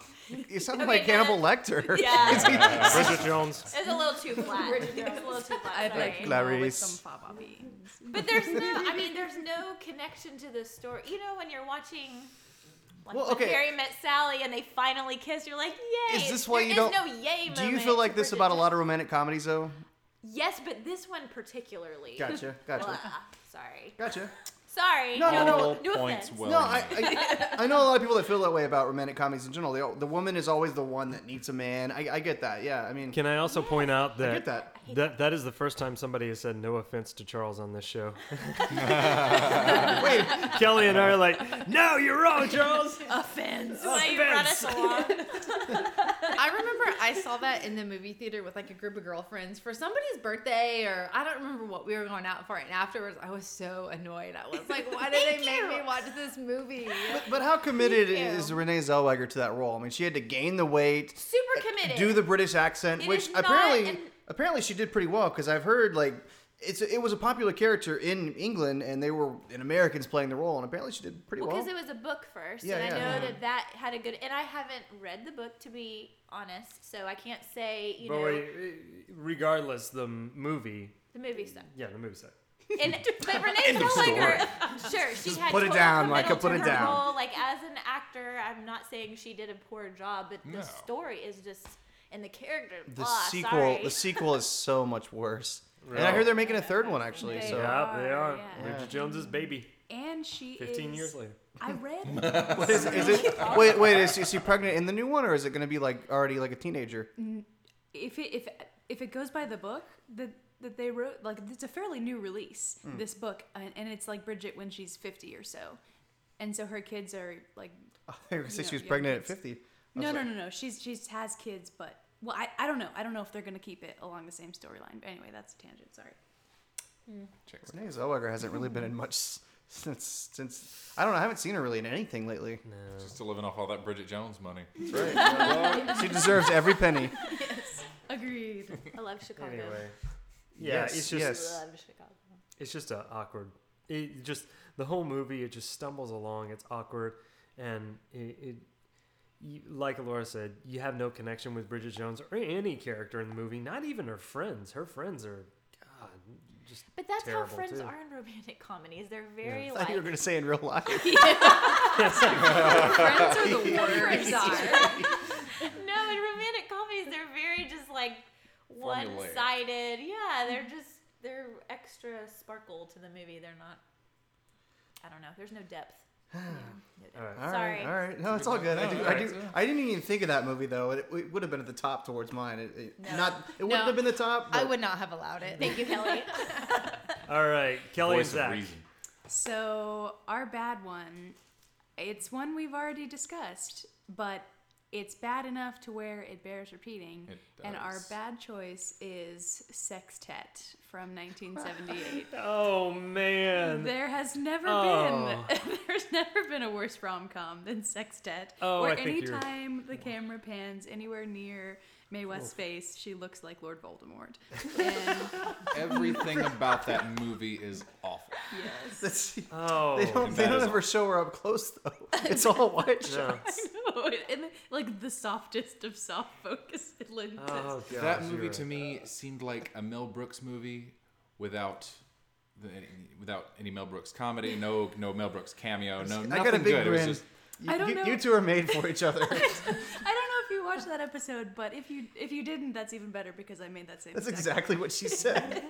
[SPEAKER 3] You sound
[SPEAKER 2] Okay,
[SPEAKER 3] like
[SPEAKER 2] yeah.
[SPEAKER 3] Hannibal Lecter.
[SPEAKER 2] Yeah,
[SPEAKER 1] Bridget Jones.
[SPEAKER 2] it's a little too flat. it's a little too flat.
[SPEAKER 5] I'd
[SPEAKER 2] sorry.
[SPEAKER 5] like Clarice. with
[SPEAKER 3] Clarice.
[SPEAKER 5] some fava beans.
[SPEAKER 2] But there's no. I mean, there's no connection to the story. You know, when you're watching. Like
[SPEAKER 3] Well,
[SPEAKER 2] when
[SPEAKER 3] okay.
[SPEAKER 2] Harry met Sally and they finally kiss. You're like, yay!
[SPEAKER 3] Is this why
[SPEAKER 2] There
[SPEAKER 3] you
[SPEAKER 2] is
[SPEAKER 3] don't-
[SPEAKER 2] No yay
[SPEAKER 3] Do you
[SPEAKER 2] moment
[SPEAKER 3] feel
[SPEAKER 2] to
[SPEAKER 3] like this
[SPEAKER 2] Bridget
[SPEAKER 3] about a
[SPEAKER 2] Jones.
[SPEAKER 3] lot of romantic comedies, though?
[SPEAKER 2] Yes, but this one particularly.
[SPEAKER 3] Gotcha, gotcha,
[SPEAKER 2] Blah. Sorry.
[SPEAKER 3] gotcha.
[SPEAKER 2] Sorry.
[SPEAKER 3] No, no,
[SPEAKER 4] All
[SPEAKER 3] no.
[SPEAKER 4] points
[SPEAKER 2] offense.
[SPEAKER 4] well.
[SPEAKER 3] No,
[SPEAKER 4] made.
[SPEAKER 3] I, I I know a lot of people that feel that way about romantic comedies in general. They, all- the woman is always the one that needs a man. I, I get that. Yeah, I mean,
[SPEAKER 1] Can I also point out that,
[SPEAKER 3] I get that.
[SPEAKER 1] that that is the first time somebody has said no offense to Charles on this show.
[SPEAKER 3] Wait,
[SPEAKER 1] Kelly and I are like, no, you're wrong, Charles.
[SPEAKER 6] Offense.
[SPEAKER 2] That's why you brought us along.
[SPEAKER 6] I remember I saw that in the movie theater with like a group of girlfriends for somebody's birthday or I don't remember what we were going out for. And afterwards, I was so annoyed. I was like, why did they make me watch this movie?
[SPEAKER 3] but, but how committed
[SPEAKER 6] Thank you.
[SPEAKER 3] is Renee Zellweger to that role? I mean, she had to gain the weight,
[SPEAKER 2] Super committed.
[SPEAKER 3] do the British accent,
[SPEAKER 2] It
[SPEAKER 3] which
[SPEAKER 2] is not
[SPEAKER 3] apparently
[SPEAKER 2] an-
[SPEAKER 3] apparently she did pretty well because I've heard like it's it was a popular character in England and they were in Americans playing the role and apparently she did pretty well.
[SPEAKER 2] because it was a book first,
[SPEAKER 3] Yeah,
[SPEAKER 2] and I
[SPEAKER 3] yeah. Mm-hmm.
[SPEAKER 2] know that that had a good. And I haven't read the book to be honest, so I can't say you
[SPEAKER 1] But
[SPEAKER 2] know
[SPEAKER 1] wait, regardless, the movie,
[SPEAKER 2] the movie stuff.
[SPEAKER 1] yeah, the movie set.
[SPEAKER 2] And but Renee
[SPEAKER 3] of
[SPEAKER 2] Zellweger, sure, she had
[SPEAKER 3] put it
[SPEAKER 2] total
[SPEAKER 3] down, Micah,
[SPEAKER 2] committal
[SPEAKER 3] put
[SPEAKER 2] to
[SPEAKER 3] it
[SPEAKER 2] her
[SPEAKER 3] down.
[SPEAKER 2] Role. Like as an actor, I'm not saying she did a poor job, but
[SPEAKER 4] No.
[SPEAKER 2] the story is just and the character.
[SPEAKER 3] the
[SPEAKER 2] ah,
[SPEAKER 3] sequel
[SPEAKER 2] sorry.
[SPEAKER 3] the sequel is so much worse. And I hear they're making a third one actually.
[SPEAKER 5] They
[SPEAKER 3] so
[SPEAKER 1] yeah, they
[SPEAKER 5] are,
[SPEAKER 1] are.
[SPEAKER 5] yeah.
[SPEAKER 1] Bridget Jones's baby.
[SPEAKER 5] And she
[SPEAKER 1] Fifteen
[SPEAKER 5] is,
[SPEAKER 1] years later.
[SPEAKER 5] I read.
[SPEAKER 3] What is, is it? Wait, wait. Is, is she pregnant in the new one, or is it going to be like already like a teenager?
[SPEAKER 2] Mm.
[SPEAKER 5] if it if if it goes by the book that that they wrote, like it's a fairly new release.
[SPEAKER 3] Hmm.
[SPEAKER 5] This book, and, and it's like Bridget when she's fifty or so, and so her kids are like.
[SPEAKER 3] I thought you were going to say
[SPEAKER 5] No,
[SPEAKER 3] she was
[SPEAKER 5] yeah,
[SPEAKER 3] pregnant at
[SPEAKER 5] it's-
[SPEAKER 3] fifty. I
[SPEAKER 5] No,
[SPEAKER 3] was
[SPEAKER 5] no,
[SPEAKER 3] like,
[SPEAKER 5] no, no. She's she's has kids, but well, I, I don't know. I don't know if they're gonna keep it along the same storyline. But anyway, that's a tangent. Sorry.
[SPEAKER 4] Chicks.
[SPEAKER 3] Renee Zellweger hasn't really been in much s- since since I don't know. I haven't seen her really in anything lately.
[SPEAKER 4] Just to living off all that Bridget Jones money.
[SPEAKER 3] She deserves every penny.
[SPEAKER 5] Agreed.
[SPEAKER 2] I love Chicago.
[SPEAKER 1] Anyway. Yeah,
[SPEAKER 3] Yes,
[SPEAKER 1] it's just
[SPEAKER 3] yes.
[SPEAKER 2] Love Chicago.
[SPEAKER 1] it's just a awkward. It just the whole movie it just stumbles along. It's awkward, and it, it you, like Laura said, you have no connection with Bridget Jones or any character in the movie. Not even her friends. Her friends are God, just
[SPEAKER 2] But that's how
[SPEAKER 1] terrible,
[SPEAKER 2] friends
[SPEAKER 1] too.
[SPEAKER 2] are in romantic comedies. They're very
[SPEAKER 3] I
[SPEAKER 2] like
[SPEAKER 3] thought you were going to say in real life.
[SPEAKER 6] Friends are the worst.
[SPEAKER 2] no, in romantic comedies, they're very just like
[SPEAKER 4] Formulaic.
[SPEAKER 2] one-sided. Yeah, they're just they're extra sparkle to the movie. They're not. I don't know. There's no depth. No depth.
[SPEAKER 1] All right.
[SPEAKER 3] All right,
[SPEAKER 2] Sorry.
[SPEAKER 3] all right. No, it's all good. I, do,
[SPEAKER 4] No,
[SPEAKER 3] I,
[SPEAKER 4] all
[SPEAKER 3] do,
[SPEAKER 4] right.
[SPEAKER 3] I didn't even think of that movie though. It, it would have been at the top towards mine. It, it-
[SPEAKER 2] No.
[SPEAKER 3] not. It wouldn't
[SPEAKER 6] No.
[SPEAKER 3] have been the top.
[SPEAKER 6] I
[SPEAKER 3] but-
[SPEAKER 6] would not have allowed it.
[SPEAKER 2] Thank you, Kelly.
[SPEAKER 1] All right, Kelly
[SPEAKER 4] Voice
[SPEAKER 1] and Zach.
[SPEAKER 4] of reason.
[SPEAKER 5] So our bad one, it's one we've already discussed, but it's bad enough to where it bears repeating.
[SPEAKER 4] It
[SPEAKER 5] And our
[SPEAKER 4] does.
[SPEAKER 5] bad choice is Sextet from 1978.
[SPEAKER 1] Oh man.
[SPEAKER 5] There has never
[SPEAKER 1] Oh.
[SPEAKER 5] been there's never been a worse rom com than Sextet.
[SPEAKER 1] Oh,
[SPEAKER 5] or
[SPEAKER 1] I think you're-
[SPEAKER 5] anytime the camera pans anywhere near Mae West's face, she looks like Lord Voldemort.
[SPEAKER 4] Everything about that movie is awful.
[SPEAKER 5] Yes.
[SPEAKER 3] That's, they
[SPEAKER 1] Oh.
[SPEAKER 3] don't. They
[SPEAKER 4] That
[SPEAKER 3] don't
[SPEAKER 4] is-
[SPEAKER 3] ever show her up close though. It's all wide
[SPEAKER 1] no.
[SPEAKER 3] shots.
[SPEAKER 5] No, and like the softest of soft focus lenses.
[SPEAKER 1] Oh god.
[SPEAKER 4] that movie to me seemed like a Mel Brooks movie without the, any, without any Mel Brooks comedy, no no Mel Brooks cameo, no nothing
[SPEAKER 3] I got a big
[SPEAKER 4] good. It was
[SPEAKER 3] grin.
[SPEAKER 4] just
[SPEAKER 3] You-
[SPEAKER 5] I don't
[SPEAKER 3] you,
[SPEAKER 5] know.
[SPEAKER 3] you two are made for each other.
[SPEAKER 5] I don't know if you watched that episode, but if you if you didn't, that's even better because I made that same.
[SPEAKER 3] That's
[SPEAKER 5] exact
[SPEAKER 3] exactly what she said.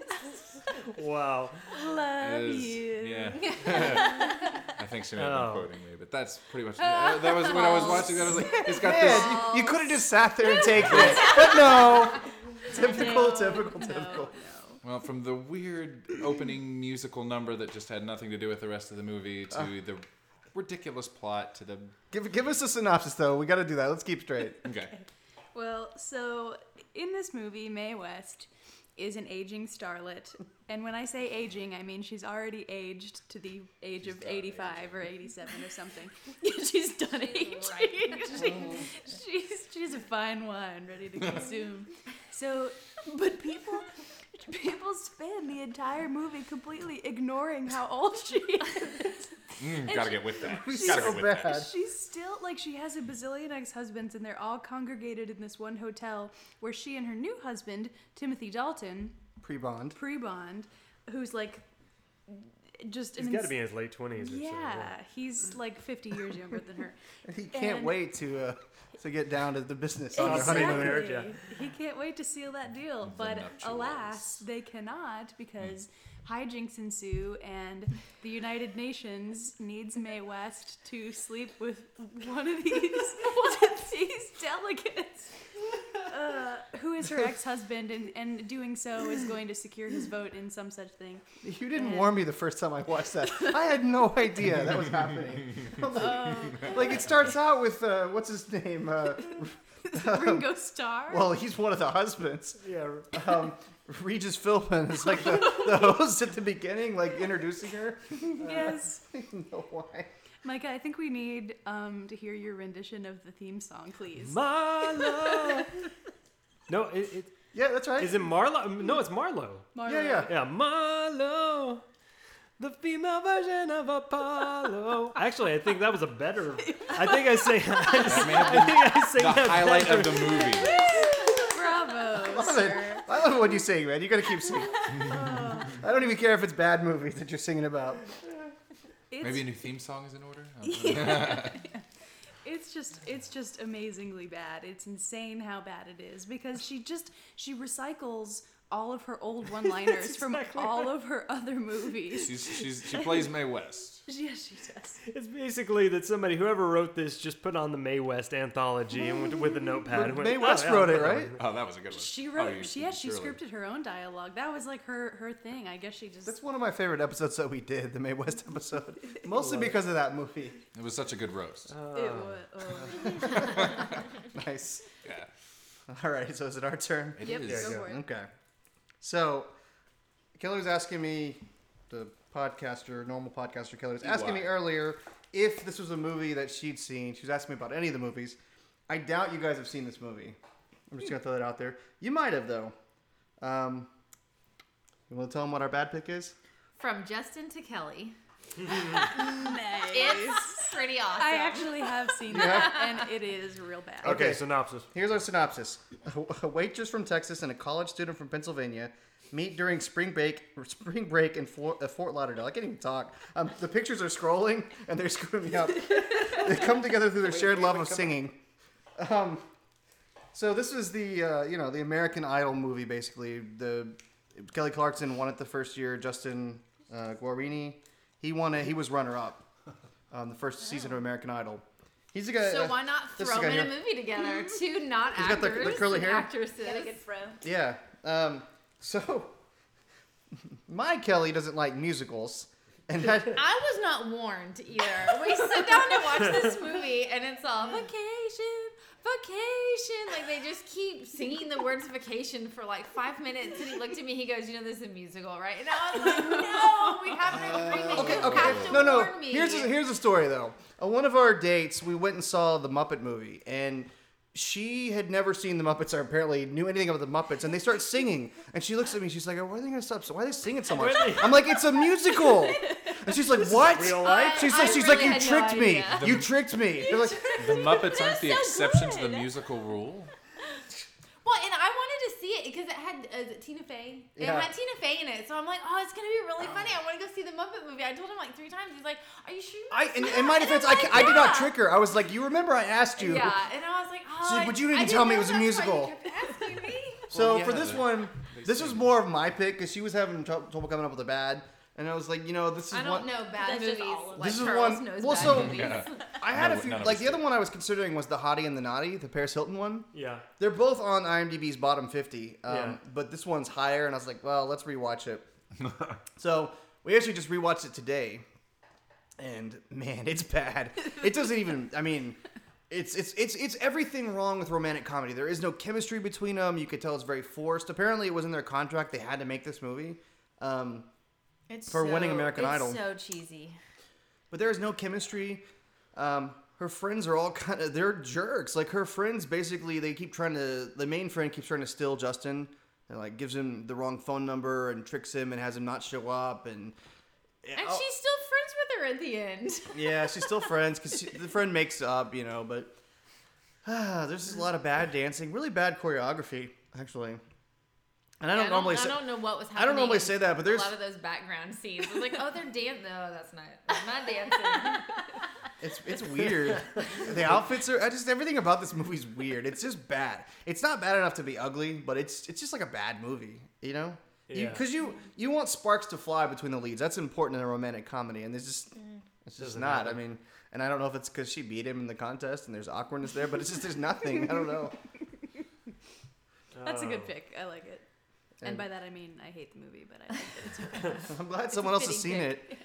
[SPEAKER 1] Wow.
[SPEAKER 5] Love
[SPEAKER 4] is-
[SPEAKER 5] you.
[SPEAKER 4] yeah. I think she might
[SPEAKER 1] Oh.
[SPEAKER 4] have been quoting me, but that's pretty much uh, that was when I was watching that. I was like, it's got this.
[SPEAKER 3] Man, you, could have just sat there and taken it, but no. Typical, typical, typical.
[SPEAKER 4] Well, from the weird opening musical number that just had nothing to do with the rest of the movie to the ridiculous plot to the
[SPEAKER 3] Give, give us a synopsis though. We got to do that. Let's keep straight.
[SPEAKER 4] okay.
[SPEAKER 5] Well, so in this movie, Mae West is an aging starlet. And when I say aging, I mean she's already aged to the age of 85 or 87 or something. she's done aging. She- she's, she's a fine wine ready to consume. so, but people. People spend the entire movie completely ignoring how old she is.
[SPEAKER 4] Mm, gotta get with that.
[SPEAKER 3] It's
[SPEAKER 4] Gotta
[SPEAKER 3] so
[SPEAKER 4] get with that.
[SPEAKER 3] bad.
[SPEAKER 5] She's still like she has a bazillion ex-husbands, and they're all congregated in this one hotel where she and her new husband Timothy Dalton,
[SPEAKER 3] Pre-bond.
[SPEAKER 5] pre-bond, who's like just
[SPEAKER 1] He's
[SPEAKER 5] an
[SPEAKER 1] got to
[SPEAKER 5] ins-
[SPEAKER 1] be in his late twenties. Or so,
[SPEAKER 5] yeah, he's like 50 years younger than her.
[SPEAKER 3] He can't
[SPEAKER 5] And-
[SPEAKER 3] wait to uh, to get down to the business on their
[SPEAKER 1] Exactly.
[SPEAKER 3] honeymoon.
[SPEAKER 1] marriage, yeah.
[SPEAKER 5] He can't wait to seal that deal, but alas, they cannot because hijinks ensue, and the United Nations needs Mae West to sleep with one of these these delegates, uh, who is her ex-husband, and, and doing so is going to secure his vote in some such thing.
[SPEAKER 3] You didn't warn me the first time I watched that. I had no idea that was happening.
[SPEAKER 5] Uh,
[SPEAKER 3] like it starts out with uh, what's his name? Uh,
[SPEAKER 5] Ringo Starr.
[SPEAKER 3] well, he's one of the husbands.
[SPEAKER 1] Yeah.
[SPEAKER 3] Um, Regis Philbin is like the, the host at the beginning, like introducing her.
[SPEAKER 5] yes.
[SPEAKER 3] I don't know why.
[SPEAKER 5] Micah, I think we need um, to hear your rendition of the theme song, please.
[SPEAKER 1] My love. No, it, it
[SPEAKER 3] Yeah, that's right.
[SPEAKER 1] is it Marlo. No, it's Marlo.
[SPEAKER 3] yeah,
[SPEAKER 5] Marlo.
[SPEAKER 3] yeah.
[SPEAKER 1] Yeah, Marlo, the female version of Apollo. Actually, I think that was a better. I think I say. I
[SPEAKER 4] That may have been
[SPEAKER 1] think I say
[SPEAKER 4] the
[SPEAKER 1] that
[SPEAKER 4] highlight
[SPEAKER 1] better.
[SPEAKER 4] of the movie.
[SPEAKER 5] Bravo,
[SPEAKER 3] I love it.
[SPEAKER 5] sir.
[SPEAKER 3] I love what you sing, man. You gotta keep singing. I don't even care if it's bad movies that you're singing about.
[SPEAKER 5] It's,
[SPEAKER 4] Maybe a new theme song is in order.
[SPEAKER 5] it's just it's just amazingly bad. It's insane how bad it is because she just she recycles all of her old one-liners from
[SPEAKER 1] exactly
[SPEAKER 5] all
[SPEAKER 1] right.
[SPEAKER 5] of her other movies.
[SPEAKER 4] She's, she's, she plays Mae West.
[SPEAKER 5] yes, she does.
[SPEAKER 1] It's basically that somebody, whoever wrote this, just put on the May West anthology and went with a notepad. and went,
[SPEAKER 3] Mae
[SPEAKER 1] "Oh,
[SPEAKER 3] West
[SPEAKER 1] yeah,
[SPEAKER 3] wrote
[SPEAKER 1] I'll
[SPEAKER 3] it,
[SPEAKER 1] put on
[SPEAKER 3] right?
[SPEAKER 1] it."
[SPEAKER 4] Oh, that was a good one.
[SPEAKER 5] She
[SPEAKER 4] Oh,
[SPEAKER 5] wrote.
[SPEAKER 4] you-
[SPEAKER 5] she, yeah, she
[SPEAKER 4] surely.
[SPEAKER 5] scripted her own dialogue. That was like her her thing. I guess she just.
[SPEAKER 3] That's one of my favorite episodes that we did, the Mae West episode, mostly because of that movie.
[SPEAKER 4] It was such a good roast.
[SPEAKER 5] it was, oh.
[SPEAKER 3] Nice.
[SPEAKER 4] yeah.
[SPEAKER 3] All right, so is it our turn?
[SPEAKER 4] It
[SPEAKER 6] Yep,
[SPEAKER 4] is.
[SPEAKER 6] go
[SPEAKER 1] yeah.
[SPEAKER 6] for it.
[SPEAKER 3] Okay. So, Keller was asking me, the podcaster, normal podcaster Keller was asking me
[SPEAKER 4] EY.
[SPEAKER 3] earlier if this was a movie that she'd seen. She was asking me about any of the movies. I doubt you guys have seen this movie. I'm just gonna throw that out there. You might have though. Um, you want to tell them what our bad pick is?
[SPEAKER 6] From Justin to Kelly. It's pretty awesome.
[SPEAKER 5] I actually have seen that, and it is real bad.
[SPEAKER 1] Okay,
[SPEAKER 3] Okay.
[SPEAKER 1] synopsis.
[SPEAKER 3] Here's our synopsis: A waitress from Texas and a college student from Pennsylvania meet during spring break. Spring break in Fort, uh, Fort Lauderdale. I can't even talk. Um, the pictures are scrolling and they're screwing me up. they come together through their shared love of singing. Um, so this was the uh, you know the American Idol movie basically. The Kelly Clarkson won it the first year. Justin uh, Guarini, he won it. He was runner up um, the first season of American Idol. He's a guy.
[SPEAKER 6] so
[SPEAKER 3] uh,
[SPEAKER 6] why not
[SPEAKER 3] this
[SPEAKER 6] throw
[SPEAKER 3] guy
[SPEAKER 6] them in a
[SPEAKER 3] here.
[SPEAKER 6] movie together? Two not
[SPEAKER 3] He's got the-
[SPEAKER 6] actors,
[SPEAKER 3] the curly
[SPEAKER 6] and
[SPEAKER 3] hair.
[SPEAKER 6] actresses.
[SPEAKER 2] Got a good fro.
[SPEAKER 3] Yeah. Um, so, my Kelly doesn't like musicals, and that,
[SPEAKER 6] I was not warned either. We sit down to watch this movie, and it's all vacation, vacation. Like they just keep singing the words vacation for like five minutes. And he looked at me. He goes, "You know, this is a musical, right?" And I was like, "No, we have an agreement.
[SPEAKER 3] Uh, okay,
[SPEAKER 6] you have
[SPEAKER 3] okay,
[SPEAKER 6] to
[SPEAKER 3] no, no.
[SPEAKER 6] warn me."
[SPEAKER 3] Here's a, here's a story though. On one of our dates, we went and saw the Muppet movie, and she had never seen the Muppets or apparently knew anything about the Muppets, and they start singing, and she looks at me, she's like, "Why are they gonna stop? So why are they singing so much?" I'm like, "It's a musical." And she's like, "What?"
[SPEAKER 1] real life?
[SPEAKER 3] She's
[SPEAKER 6] I-
[SPEAKER 3] like,
[SPEAKER 6] I
[SPEAKER 3] "She's
[SPEAKER 6] really
[SPEAKER 3] like, you
[SPEAKER 6] had no
[SPEAKER 3] tricked me.
[SPEAKER 6] idea.
[SPEAKER 3] You tricked me." They're like,
[SPEAKER 4] The Muppets aren't the
[SPEAKER 2] so
[SPEAKER 4] exception to the
[SPEAKER 2] good.
[SPEAKER 4] musical rule.
[SPEAKER 6] Well, and I wanted to see it because it had uh, is it Tina Fey. It
[SPEAKER 3] Yeah.
[SPEAKER 6] had Tina Fey in it, so I'm like, oh, it's gonna be really funny. I want to go see the Muppet movie. I told him like three times. He's like, are you sure? you
[SPEAKER 3] "I."
[SPEAKER 6] wanna
[SPEAKER 3] In,
[SPEAKER 6] see
[SPEAKER 3] in my
[SPEAKER 6] that?" And I'm
[SPEAKER 3] defense, I,
[SPEAKER 6] like,
[SPEAKER 3] ca- I did not
[SPEAKER 6] "Yeah."
[SPEAKER 3] trick her. I was like, "You remember I asked you."
[SPEAKER 6] Yeah, and I was like, oh,
[SPEAKER 3] She's like,
[SPEAKER 6] I-
[SPEAKER 3] "But you didn't
[SPEAKER 6] I
[SPEAKER 3] tell me it
[SPEAKER 6] know
[SPEAKER 3] was a
[SPEAKER 6] that's why you
[SPEAKER 3] musical."
[SPEAKER 6] kept asking me.
[SPEAKER 3] So
[SPEAKER 4] Well, yeah,
[SPEAKER 3] for this
[SPEAKER 4] they-
[SPEAKER 3] one,
[SPEAKER 4] they
[SPEAKER 3] this
[SPEAKER 4] sing.
[SPEAKER 3] was more of my pick because she was having trou- trouble coming up with a bad, and I was like, you know, this is
[SPEAKER 6] I don't
[SPEAKER 3] one.
[SPEAKER 6] know bad
[SPEAKER 2] That's just
[SPEAKER 6] movies.
[SPEAKER 2] all of
[SPEAKER 6] like
[SPEAKER 3] This is
[SPEAKER 6] Charles
[SPEAKER 3] one-
[SPEAKER 6] Knows
[SPEAKER 3] well,
[SPEAKER 6] bad
[SPEAKER 3] so-
[SPEAKER 6] movies.
[SPEAKER 4] Yeah.
[SPEAKER 3] I had
[SPEAKER 4] No,
[SPEAKER 3] a few.
[SPEAKER 4] none of
[SPEAKER 3] Like
[SPEAKER 4] us
[SPEAKER 3] the other
[SPEAKER 4] did.
[SPEAKER 3] one I was considering was the Hottie and the Naughty, the Paris Hilton one.
[SPEAKER 1] Yeah.
[SPEAKER 3] They're both on IMDb's bottom fifty, um,
[SPEAKER 1] Yeah.
[SPEAKER 3] but this one's higher, and I was like, well, let's rewatch it. so we actually just rewatched it today, and man, it's bad. It doesn't even. I mean. It's, it's it's it's everything wrong with romantic comedy. There is no chemistry between them. You could tell it's very forced. Apparently, it was in their contract they had to make this movie. Um,
[SPEAKER 6] It's
[SPEAKER 3] For winning
[SPEAKER 6] so-
[SPEAKER 3] American
[SPEAKER 6] it's
[SPEAKER 3] Idol.
[SPEAKER 6] so cheesy.
[SPEAKER 3] but there is no chemistry. Um, her friends are all kind of they're jerks. Like her friends, basically, they keep trying to. The main friend keeps trying to steal Justin, and like gives him the wrong phone number and tricks him and has him not show up. And
[SPEAKER 6] And
[SPEAKER 3] oh,
[SPEAKER 6] she's still friends with her at the end.
[SPEAKER 3] yeah, she's still friends because the friend makes up, you know. But ah, there's just a lot of bad dancing, really bad choreography, actually. And I don't normally
[SPEAKER 6] I
[SPEAKER 3] say.
[SPEAKER 6] don't know what was happening.
[SPEAKER 3] I don't normally say that, but there's
[SPEAKER 6] a lot of those background scenes. It's like, oh, they're dancing. No, that's not. That's not dancing.
[SPEAKER 3] It's it's weird. the outfits are I just everything about this movie's weird. It's just bad. It's not bad enough to be ugly, but it's it's just like a bad movie, you know?
[SPEAKER 1] Yeah.
[SPEAKER 3] Because you, you want sparks to fly between the leads. That's important in a romantic comedy, and there's just
[SPEAKER 5] Mm.
[SPEAKER 3] it's just
[SPEAKER 1] Doesn't
[SPEAKER 3] not.
[SPEAKER 1] happen.
[SPEAKER 3] I mean, and I don't know if it's because she beat him in the contest and there's awkwardness there, but it's just there's nothing. I don't know.
[SPEAKER 5] That's a good
[SPEAKER 1] Oh.
[SPEAKER 5] pick. I like it. And,
[SPEAKER 3] And-
[SPEAKER 5] by that I mean I hate the movie, but I like it. It's
[SPEAKER 3] I'm glad someone else has
[SPEAKER 5] fitting
[SPEAKER 3] seen it.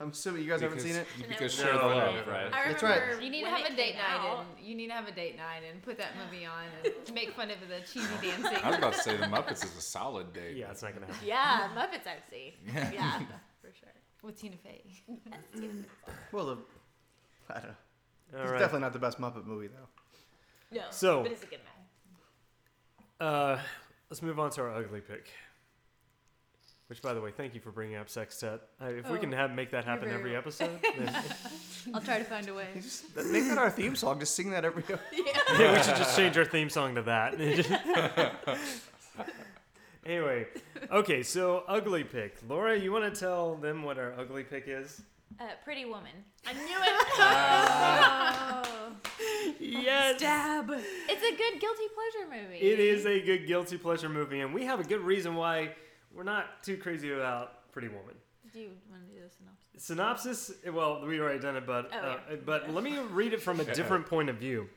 [SPEAKER 3] I'm assuming you guys haven't seen it.
[SPEAKER 4] Because,
[SPEAKER 2] No,
[SPEAKER 4] because share the
[SPEAKER 1] no,
[SPEAKER 4] love,
[SPEAKER 1] no.
[SPEAKER 4] right?
[SPEAKER 2] I
[SPEAKER 3] That's
[SPEAKER 2] remember
[SPEAKER 3] right.
[SPEAKER 6] You need to
[SPEAKER 2] when
[SPEAKER 6] have
[SPEAKER 2] it
[SPEAKER 6] a date
[SPEAKER 2] came
[SPEAKER 6] night,
[SPEAKER 2] out.
[SPEAKER 6] and you need to have a date night, and put that movie on, and make fun of the cheesy dancing.
[SPEAKER 4] I was about to say the Muppets is a solid date.
[SPEAKER 1] Uh, Yeah, it's not gonna happen.
[SPEAKER 2] Yeah, Muppets I've seen. Yeah, for sure.
[SPEAKER 6] With Tina Fey.
[SPEAKER 3] Well, the, I don't know.
[SPEAKER 1] All
[SPEAKER 3] It's
[SPEAKER 1] right.
[SPEAKER 3] definitely not the best Muppet movie though.
[SPEAKER 2] No,
[SPEAKER 1] So-
[SPEAKER 2] but it's a good match.
[SPEAKER 1] Uh, let's move on to our ugly pick. Which, by the way, thank you for bringing up Sextet. Uh, if we
[SPEAKER 5] Oh,
[SPEAKER 1] can have make that happen
[SPEAKER 5] very
[SPEAKER 1] every
[SPEAKER 5] welcome.
[SPEAKER 1] episode, then
[SPEAKER 5] I'll try to find a way.
[SPEAKER 3] Just, make that our theme song. Just sing that every.
[SPEAKER 1] yeah, we should just change our theme song to that. anyway, okay, so ugly pick. Laura, you want to tell them what our ugly pick is?
[SPEAKER 2] Uh, Pretty Woman. I knew it.
[SPEAKER 5] Oh,
[SPEAKER 1] yes.
[SPEAKER 5] Stab.
[SPEAKER 2] It's a good guilty pleasure movie.
[SPEAKER 1] It is a good guilty pleasure movie, and we have a good reason why we're not too crazy about Pretty Woman.
[SPEAKER 2] Do you want to do the synopsis?
[SPEAKER 1] Synopsis, well, we already done it, but
[SPEAKER 2] Oh,
[SPEAKER 1] uh,
[SPEAKER 2] yeah.
[SPEAKER 1] but let me read it from a different point of view.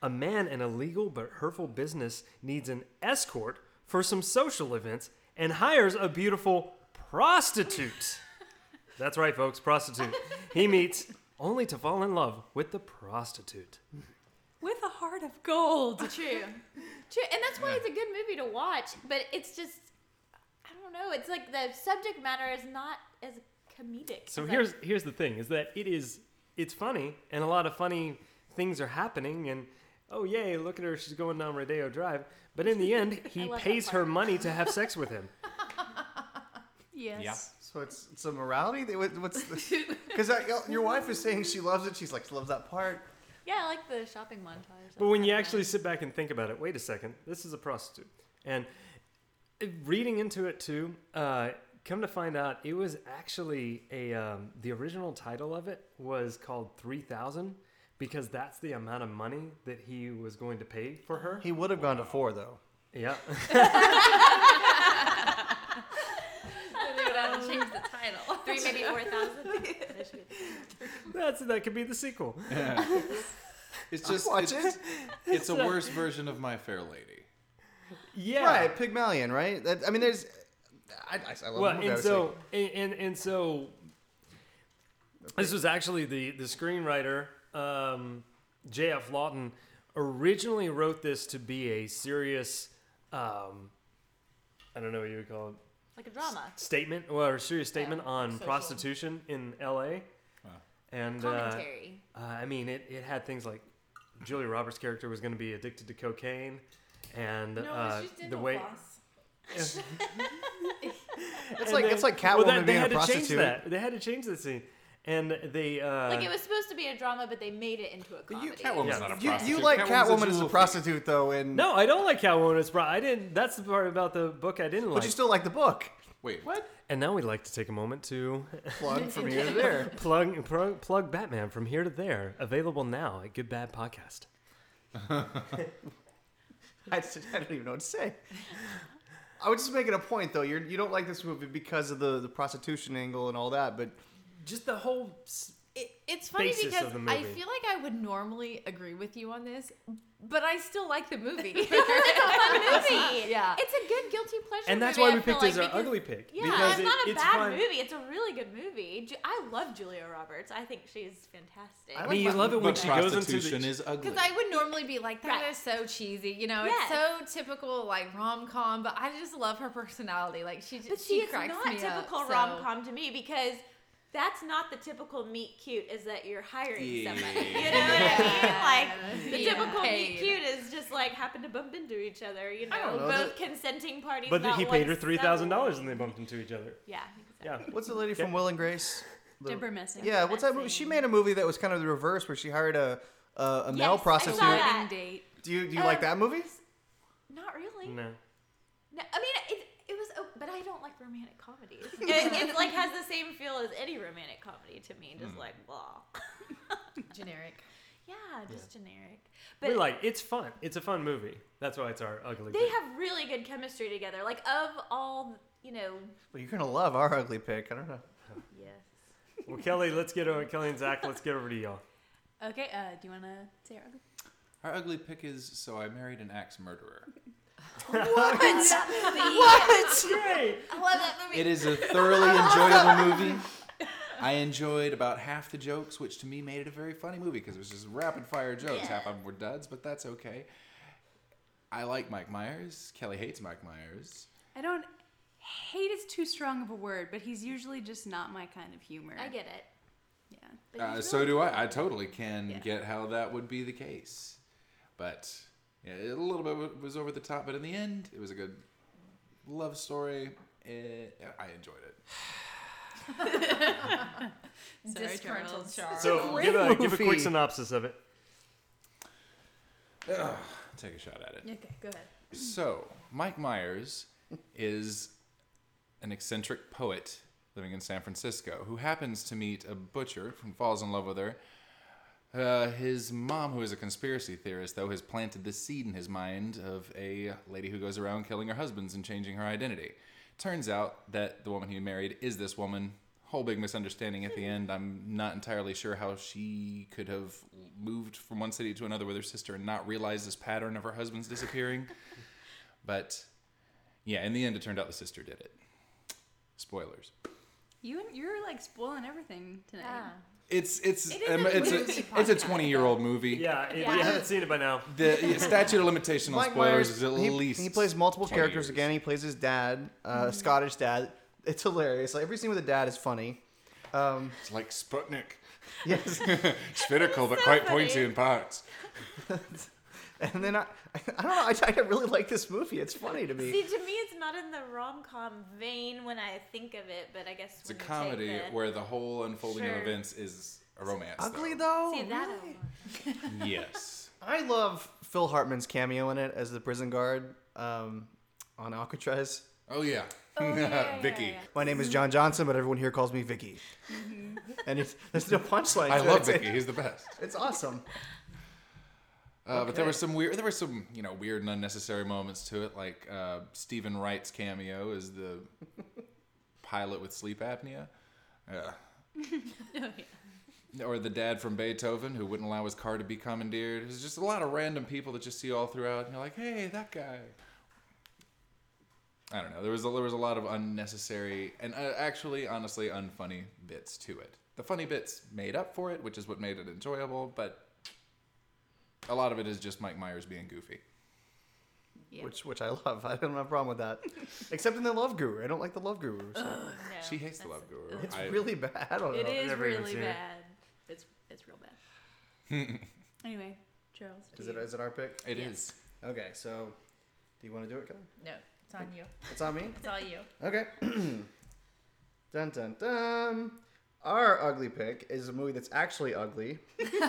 [SPEAKER 1] A man in a legal but hurtful business needs an escort for some social events and hires a beautiful prostitute. That's right, folks, prostitute. He meets only to fall in love with the prostitute.
[SPEAKER 5] With a heart of gold.
[SPEAKER 2] True. True. And that's why it's a good movie to watch, but it's just, I don't know. It's like the subject matter is not as comedic.
[SPEAKER 1] So
[SPEAKER 2] as I-
[SPEAKER 1] here's here's the thing: is that it is it's funny, and a lot of funny things are happening, and oh yay, look at her, she's going down Rodeo Drive. But in the end, he
[SPEAKER 2] love that
[SPEAKER 1] pays her
[SPEAKER 2] part.
[SPEAKER 1] money to have sex with him.
[SPEAKER 5] Yes.
[SPEAKER 4] Yeah.
[SPEAKER 3] So it's it's a morality. thing? What- What's because your wife is saying she loves it. She's like loves that part.
[SPEAKER 2] yeah, I like the shopping montage.
[SPEAKER 1] But when
[SPEAKER 2] That's
[SPEAKER 1] you
[SPEAKER 2] kinda
[SPEAKER 1] actually
[SPEAKER 2] nice.
[SPEAKER 1] sit back and think about it, wait a second, this is a prostitute. And uh, reading into it too, uh, come to find out, it was actually a um, the original title of it was called Three Thousand because that's the amount of money that he was going to pay for her.
[SPEAKER 3] He would have gone to four though.
[SPEAKER 1] Yeah.
[SPEAKER 6] they would have to change the title.
[SPEAKER 2] Three, maybe 4,000.
[SPEAKER 1] That's that could be the sequel.
[SPEAKER 4] It's just
[SPEAKER 3] watch
[SPEAKER 4] it's,
[SPEAKER 3] it.
[SPEAKER 4] it's a worse version of My Fair Lady.
[SPEAKER 1] Yeah.
[SPEAKER 3] Right, Pygmalion. Right. That, I mean, there's. I, I, I love
[SPEAKER 1] Well,
[SPEAKER 3] the movie,
[SPEAKER 1] and
[SPEAKER 3] obviously.
[SPEAKER 1] so and, and and so this was actually the the screenwriter um, J.F. Lawton originally wrote this to be a serious um, I don't know what you would call it
[SPEAKER 2] like a drama.
[SPEAKER 1] statement or a serious statement
[SPEAKER 2] Oh,
[SPEAKER 1] on
[SPEAKER 2] social.
[SPEAKER 1] prostitution in L.A.
[SPEAKER 4] Wow.
[SPEAKER 1] And uh,
[SPEAKER 2] Commentary.
[SPEAKER 1] Uh, I mean, it, it had things like Julia Roberts' character was going to be addicted to cocaine, and uh, the way
[SPEAKER 3] it's
[SPEAKER 1] and
[SPEAKER 3] like
[SPEAKER 1] they-
[SPEAKER 3] it's like
[SPEAKER 1] well,
[SPEAKER 3] Catwoman
[SPEAKER 1] that- they
[SPEAKER 3] being a
[SPEAKER 1] had to
[SPEAKER 3] prostitute.
[SPEAKER 1] change that. They had to change that scene, and they uh,
[SPEAKER 2] like it was supposed to be a drama, but they made it into a comedy.
[SPEAKER 1] Yeah.
[SPEAKER 4] Catwoman's not a
[SPEAKER 3] You,
[SPEAKER 4] prostitute.
[SPEAKER 3] you like
[SPEAKER 4] Catwoman's
[SPEAKER 3] Catwoman as a
[SPEAKER 4] jewel thief.
[SPEAKER 3] prostitute though, and
[SPEAKER 1] no, I don't like Catwoman. It's bro- I didn't. That's the part about the book I didn't
[SPEAKER 3] but
[SPEAKER 1] like.
[SPEAKER 3] you still like the book.
[SPEAKER 4] Wait, what?
[SPEAKER 1] and now we'd like to take a moment to
[SPEAKER 3] Plug from here to there.
[SPEAKER 1] plug, plug plug Batman from here to there. Available now at Good Bad Podcast.
[SPEAKER 3] I, just, I don't even know what to say. I was just making a point though. You're, you don't like this movie because of the, the prostitution angle and all that, but
[SPEAKER 1] Just the whole. s-
[SPEAKER 6] It, it's funny
[SPEAKER 1] Basis
[SPEAKER 6] because
[SPEAKER 1] of the
[SPEAKER 6] I
[SPEAKER 1] movie.
[SPEAKER 6] feel like I would normally agree with you on this, but I still like the movie. it's
[SPEAKER 2] a fun movie.
[SPEAKER 6] Yeah.
[SPEAKER 2] It's a good guilty pleasure
[SPEAKER 1] And that's
[SPEAKER 2] movie,
[SPEAKER 1] why
[SPEAKER 2] I
[SPEAKER 1] we
[SPEAKER 2] feel
[SPEAKER 1] picked
[SPEAKER 2] like,
[SPEAKER 1] it as our
[SPEAKER 2] because-
[SPEAKER 1] ugly pick.
[SPEAKER 2] Yeah,
[SPEAKER 1] because
[SPEAKER 2] it's
[SPEAKER 1] it-
[SPEAKER 2] not a
[SPEAKER 1] it's
[SPEAKER 2] bad
[SPEAKER 1] fun.
[SPEAKER 2] movie. It's a really good movie. Ju- I love Julia Roberts. I think she's fantastic.
[SPEAKER 1] I
[SPEAKER 3] I like
[SPEAKER 1] mean, you love it when
[SPEAKER 4] But
[SPEAKER 1] she goes into
[SPEAKER 4] prostitution
[SPEAKER 1] the.
[SPEAKER 4] is ugly.
[SPEAKER 6] Because I would normally be like, that
[SPEAKER 2] Right.
[SPEAKER 6] is so cheesy, you know,
[SPEAKER 2] Yes.
[SPEAKER 6] it's so typical like rom com. But I just love her personality. Like she, just
[SPEAKER 2] but she, is
[SPEAKER 6] cracks
[SPEAKER 2] not
[SPEAKER 6] me up,
[SPEAKER 2] typical
[SPEAKER 6] so-
[SPEAKER 2] rom com to me because that's not the typical meet cute. Is that you're hiring somebody? You know what I mean? Like the
[SPEAKER 6] Yeah.
[SPEAKER 2] typical meet
[SPEAKER 6] Paid.
[SPEAKER 2] cute is just like happen to bump into each other. You know,
[SPEAKER 3] don't know,
[SPEAKER 2] both consenting parties.
[SPEAKER 1] But
[SPEAKER 2] not
[SPEAKER 1] he paid
[SPEAKER 2] one
[SPEAKER 1] her three thousand dollars,
[SPEAKER 2] settling.
[SPEAKER 1] and they bumped into each other.
[SPEAKER 2] Yeah. Exactly.
[SPEAKER 1] Yeah.
[SPEAKER 3] what's the lady from Will and Grace? The-
[SPEAKER 5] Deborah Messing.
[SPEAKER 3] yeah, what's that movie? She made a movie that was kind of the reverse, where she hired a a, a
[SPEAKER 2] Yes, I
[SPEAKER 3] male
[SPEAKER 2] saw
[SPEAKER 3] prostitute.
[SPEAKER 2] that.
[SPEAKER 5] Wedding date.
[SPEAKER 3] Do you do you like
[SPEAKER 2] Um,
[SPEAKER 3] that movie?
[SPEAKER 2] Not really.
[SPEAKER 1] No.
[SPEAKER 2] No, I mean it. It was, oh, but I don't like romantic comedies. it, it like has the same feel as any romantic comedy to me.
[SPEAKER 4] Hmm.
[SPEAKER 2] Just like blah.
[SPEAKER 6] generic.
[SPEAKER 2] Yeah, just generic.
[SPEAKER 1] we
[SPEAKER 2] But
[SPEAKER 1] like it's fun. It's a fun movie. That's why it's our ugly.
[SPEAKER 2] they
[SPEAKER 1] pick.
[SPEAKER 2] have really good chemistry together. Like of all, you know.
[SPEAKER 3] Well, you're gonna love our ugly pick. I don't know.
[SPEAKER 2] Yes.
[SPEAKER 1] Well, Kelly, let's get over Kelly and Zach. Let's get over to y'all.
[SPEAKER 5] Okay, uh, do you want to say it? Riley?
[SPEAKER 4] Our ugly pick is so I married an axe murderer.
[SPEAKER 1] That's great.
[SPEAKER 2] I love that movie.
[SPEAKER 4] It is a thoroughly enjoyable movie. I enjoyed about half the jokes, which to me made it a very funny movie because it was just rapid fire jokes. Half of them were duds, but that's okay. I like Mike Myers. Kelly hates Mike Myers.
[SPEAKER 5] I don't. Hate is too strong of a word, but he's usually just not my kind of humor.
[SPEAKER 2] I get it.
[SPEAKER 5] Yeah.
[SPEAKER 2] But
[SPEAKER 4] Uh,
[SPEAKER 2] he's
[SPEAKER 4] so
[SPEAKER 2] really-
[SPEAKER 4] do I. I totally can
[SPEAKER 5] Yeah.
[SPEAKER 4] get how that would be the case, but yeah, it- a little bit wa- was over the top. But in the end, it was a good love story. It, I enjoyed it.
[SPEAKER 6] Disgruntled Charles.
[SPEAKER 1] So
[SPEAKER 3] great
[SPEAKER 1] give a, give a quick
[SPEAKER 3] movie.
[SPEAKER 1] synopsis of it.
[SPEAKER 4] Take a shot at it.
[SPEAKER 6] Okay, go ahead.
[SPEAKER 4] So, Mike Myers is an eccentric poet living in San Francisco who happens to meet a butcher and falls in love with her. Uh, his mom, who is a conspiracy theorist, though, has planted this seed in his mind of a lady who goes around killing her husbands and changing her identity. Turns out that the woman he married is this woman. Whole big misunderstanding at the end. I'm not entirely sure how she could have moved from one city to another with her sister and not realized this pattern of her husband's disappearing. but yeah, in the end, it turned out the sister did it. Spoilers.
[SPEAKER 5] You and you're like spoiling everything tonight.
[SPEAKER 2] Yeah.
[SPEAKER 4] It's it's
[SPEAKER 6] It is
[SPEAKER 4] um,
[SPEAKER 6] a
[SPEAKER 4] it's
[SPEAKER 6] movie
[SPEAKER 4] a it's a
[SPEAKER 6] podcast,
[SPEAKER 4] twenty year old movie.
[SPEAKER 1] Yeah, if
[SPEAKER 2] Yeah.
[SPEAKER 1] you haven't seen it by now.
[SPEAKER 4] The yeah, statute of limitation on
[SPEAKER 3] Mike
[SPEAKER 4] spoilers
[SPEAKER 3] Myers,
[SPEAKER 4] is at
[SPEAKER 3] he,
[SPEAKER 4] least
[SPEAKER 3] he plays multiple
[SPEAKER 4] 20
[SPEAKER 3] characters
[SPEAKER 4] years.
[SPEAKER 3] again. He plays his dad, uh, Scottish dad. It's hilarious. Like every scene with a dad is funny. Um,
[SPEAKER 4] It's like Sputnik.
[SPEAKER 3] yes,
[SPEAKER 4] Spherical but
[SPEAKER 2] so
[SPEAKER 4] quite
[SPEAKER 2] funny.
[SPEAKER 4] pointy in parts.
[SPEAKER 3] and then I, I don't know. I, I really like this movie. It's funny to me.
[SPEAKER 2] See, to me, it's not in the rom com vein when I think of it, but I guess
[SPEAKER 4] It's a
[SPEAKER 2] when you take
[SPEAKER 4] comedy
[SPEAKER 2] the-
[SPEAKER 4] where the whole unfolding
[SPEAKER 2] Sure.
[SPEAKER 4] of events is a romance.
[SPEAKER 3] Ugly though.
[SPEAKER 7] Oh,
[SPEAKER 2] See that?
[SPEAKER 3] really?
[SPEAKER 4] though. Yes.
[SPEAKER 3] I love Phil Hartman's cameo in it as the prison guard um, on Alcatraz.
[SPEAKER 4] Oh yeah.
[SPEAKER 2] Oh, yeah, yeah,
[SPEAKER 4] Vicky.
[SPEAKER 2] yeah, yeah.
[SPEAKER 3] My name is John Johnson, but everyone here calls me Vicky.
[SPEAKER 2] Mm-hmm.
[SPEAKER 3] and it's, there's no punchline.
[SPEAKER 4] I
[SPEAKER 3] to it.
[SPEAKER 4] love
[SPEAKER 3] It's-
[SPEAKER 4] Vicky. He's the best.
[SPEAKER 3] It's awesome.
[SPEAKER 4] Uh, But there were some weird, there were some you know weird and unnecessary moments to it, like uh, Stephen Wright's cameo as the pilot with sleep apnea, yeah. or the dad from Beethoven who wouldn't allow his car to be commandeered. There's just a lot of random people that you see all throughout, and you're like, hey, that guy. I don't know. There was a, there was a lot of unnecessary and uh, actually, honestly, unfunny bits to it. The funny bits made up for it, which is what made it enjoyable, but a lot of it is just Mike Myers being goofy.
[SPEAKER 6] Yeah.
[SPEAKER 3] Which which I love. I don't have a problem with that. Except in the Love Guru. I don't like the Love Guru. So
[SPEAKER 2] No,
[SPEAKER 4] she hates the
[SPEAKER 2] that's-
[SPEAKER 4] Love Guru.
[SPEAKER 3] it's
[SPEAKER 4] I-
[SPEAKER 3] really bad. I don't know.
[SPEAKER 2] It is
[SPEAKER 1] never even
[SPEAKER 2] really
[SPEAKER 1] seen it.
[SPEAKER 2] bad. It's it's real bad.
[SPEAKER 5] Anyway, Charles.
[SPEAKER 3] Is it is it our pick?
[SPEAKER 4] It
[SPEAKER 6] Yes.
[SPEAKER 4] is.
[SPEAKER 3] Okay, so do you want to do it, Kelly?
[SPEAKER 6] No, it's on you.
[SPEAKER 3] It's on me.
[SPEAKER 6] It's all you.
[SPEAKER 3] Okay. dun dun dun. Our ugly pick is a movie that's actually ugly.
[SPEAKER 5] Burn.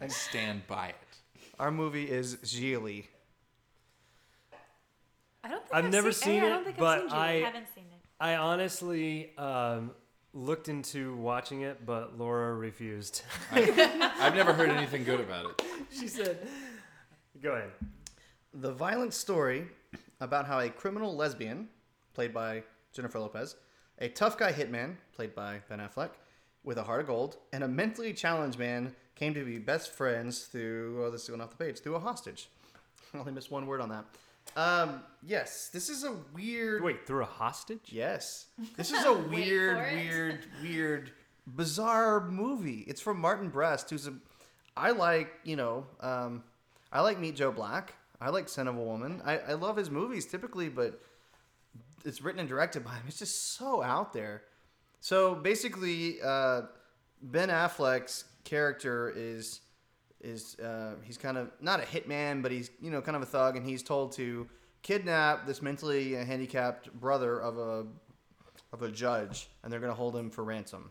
[SPEAKER 4] I stand by it.
[SPEAKER 3] Our movie is Gigli.
[SPEAKER 5] I don't think
[SPEAKER 1] I've never seen
[SPEAKER 5] hey, I
[SPEAKER 1] it,
[SPEAKER 5] don't think
[SPEAKER 1] but
[SPEAKER 5] I've seen
[SPEAKER 2] I
[SPEAKER 1] I-
[SPEAKER 2] haven't seen it.
[SPEAKER 1] I honestly um, looked into watching it, but Laura refused.
[SPEAKER 4] I've never heard anything good about it.
[SPEAKER 1] she said, "Go ahead."
[SPEAKER 3] The violent story about how a criminal lesbian, played by Jennifer Lopez, a tough guy hitman, played by Ben Affleck, with a heart of gold, and a mentally challenged man came to be best friends through, oh, this is going off the page, through a hostage. I only missed one word on that. Um, yes, this is a weird.
[SPEAKER 1] Wait, through a hostage?
[SPEAKER 3] Yes. This is a weird,
[SPEAKER 6] for it.
[SPEAKER 3] weird, weird, bizarre movie. It's from Martin Brest, who's a. I like, you know, um, I like Meet Joe Black. I like Son of a Woman. I, I love his movies typically, but it's written and directed by him. It's just so out there. So basically, uh, Ben Affleck's character is is uh, he's kind of not a hitman, but he's you know kind of a thug, and he's told to kidnap this mentally handicapped brother of a of a judge, and they're going to hold him for ransom.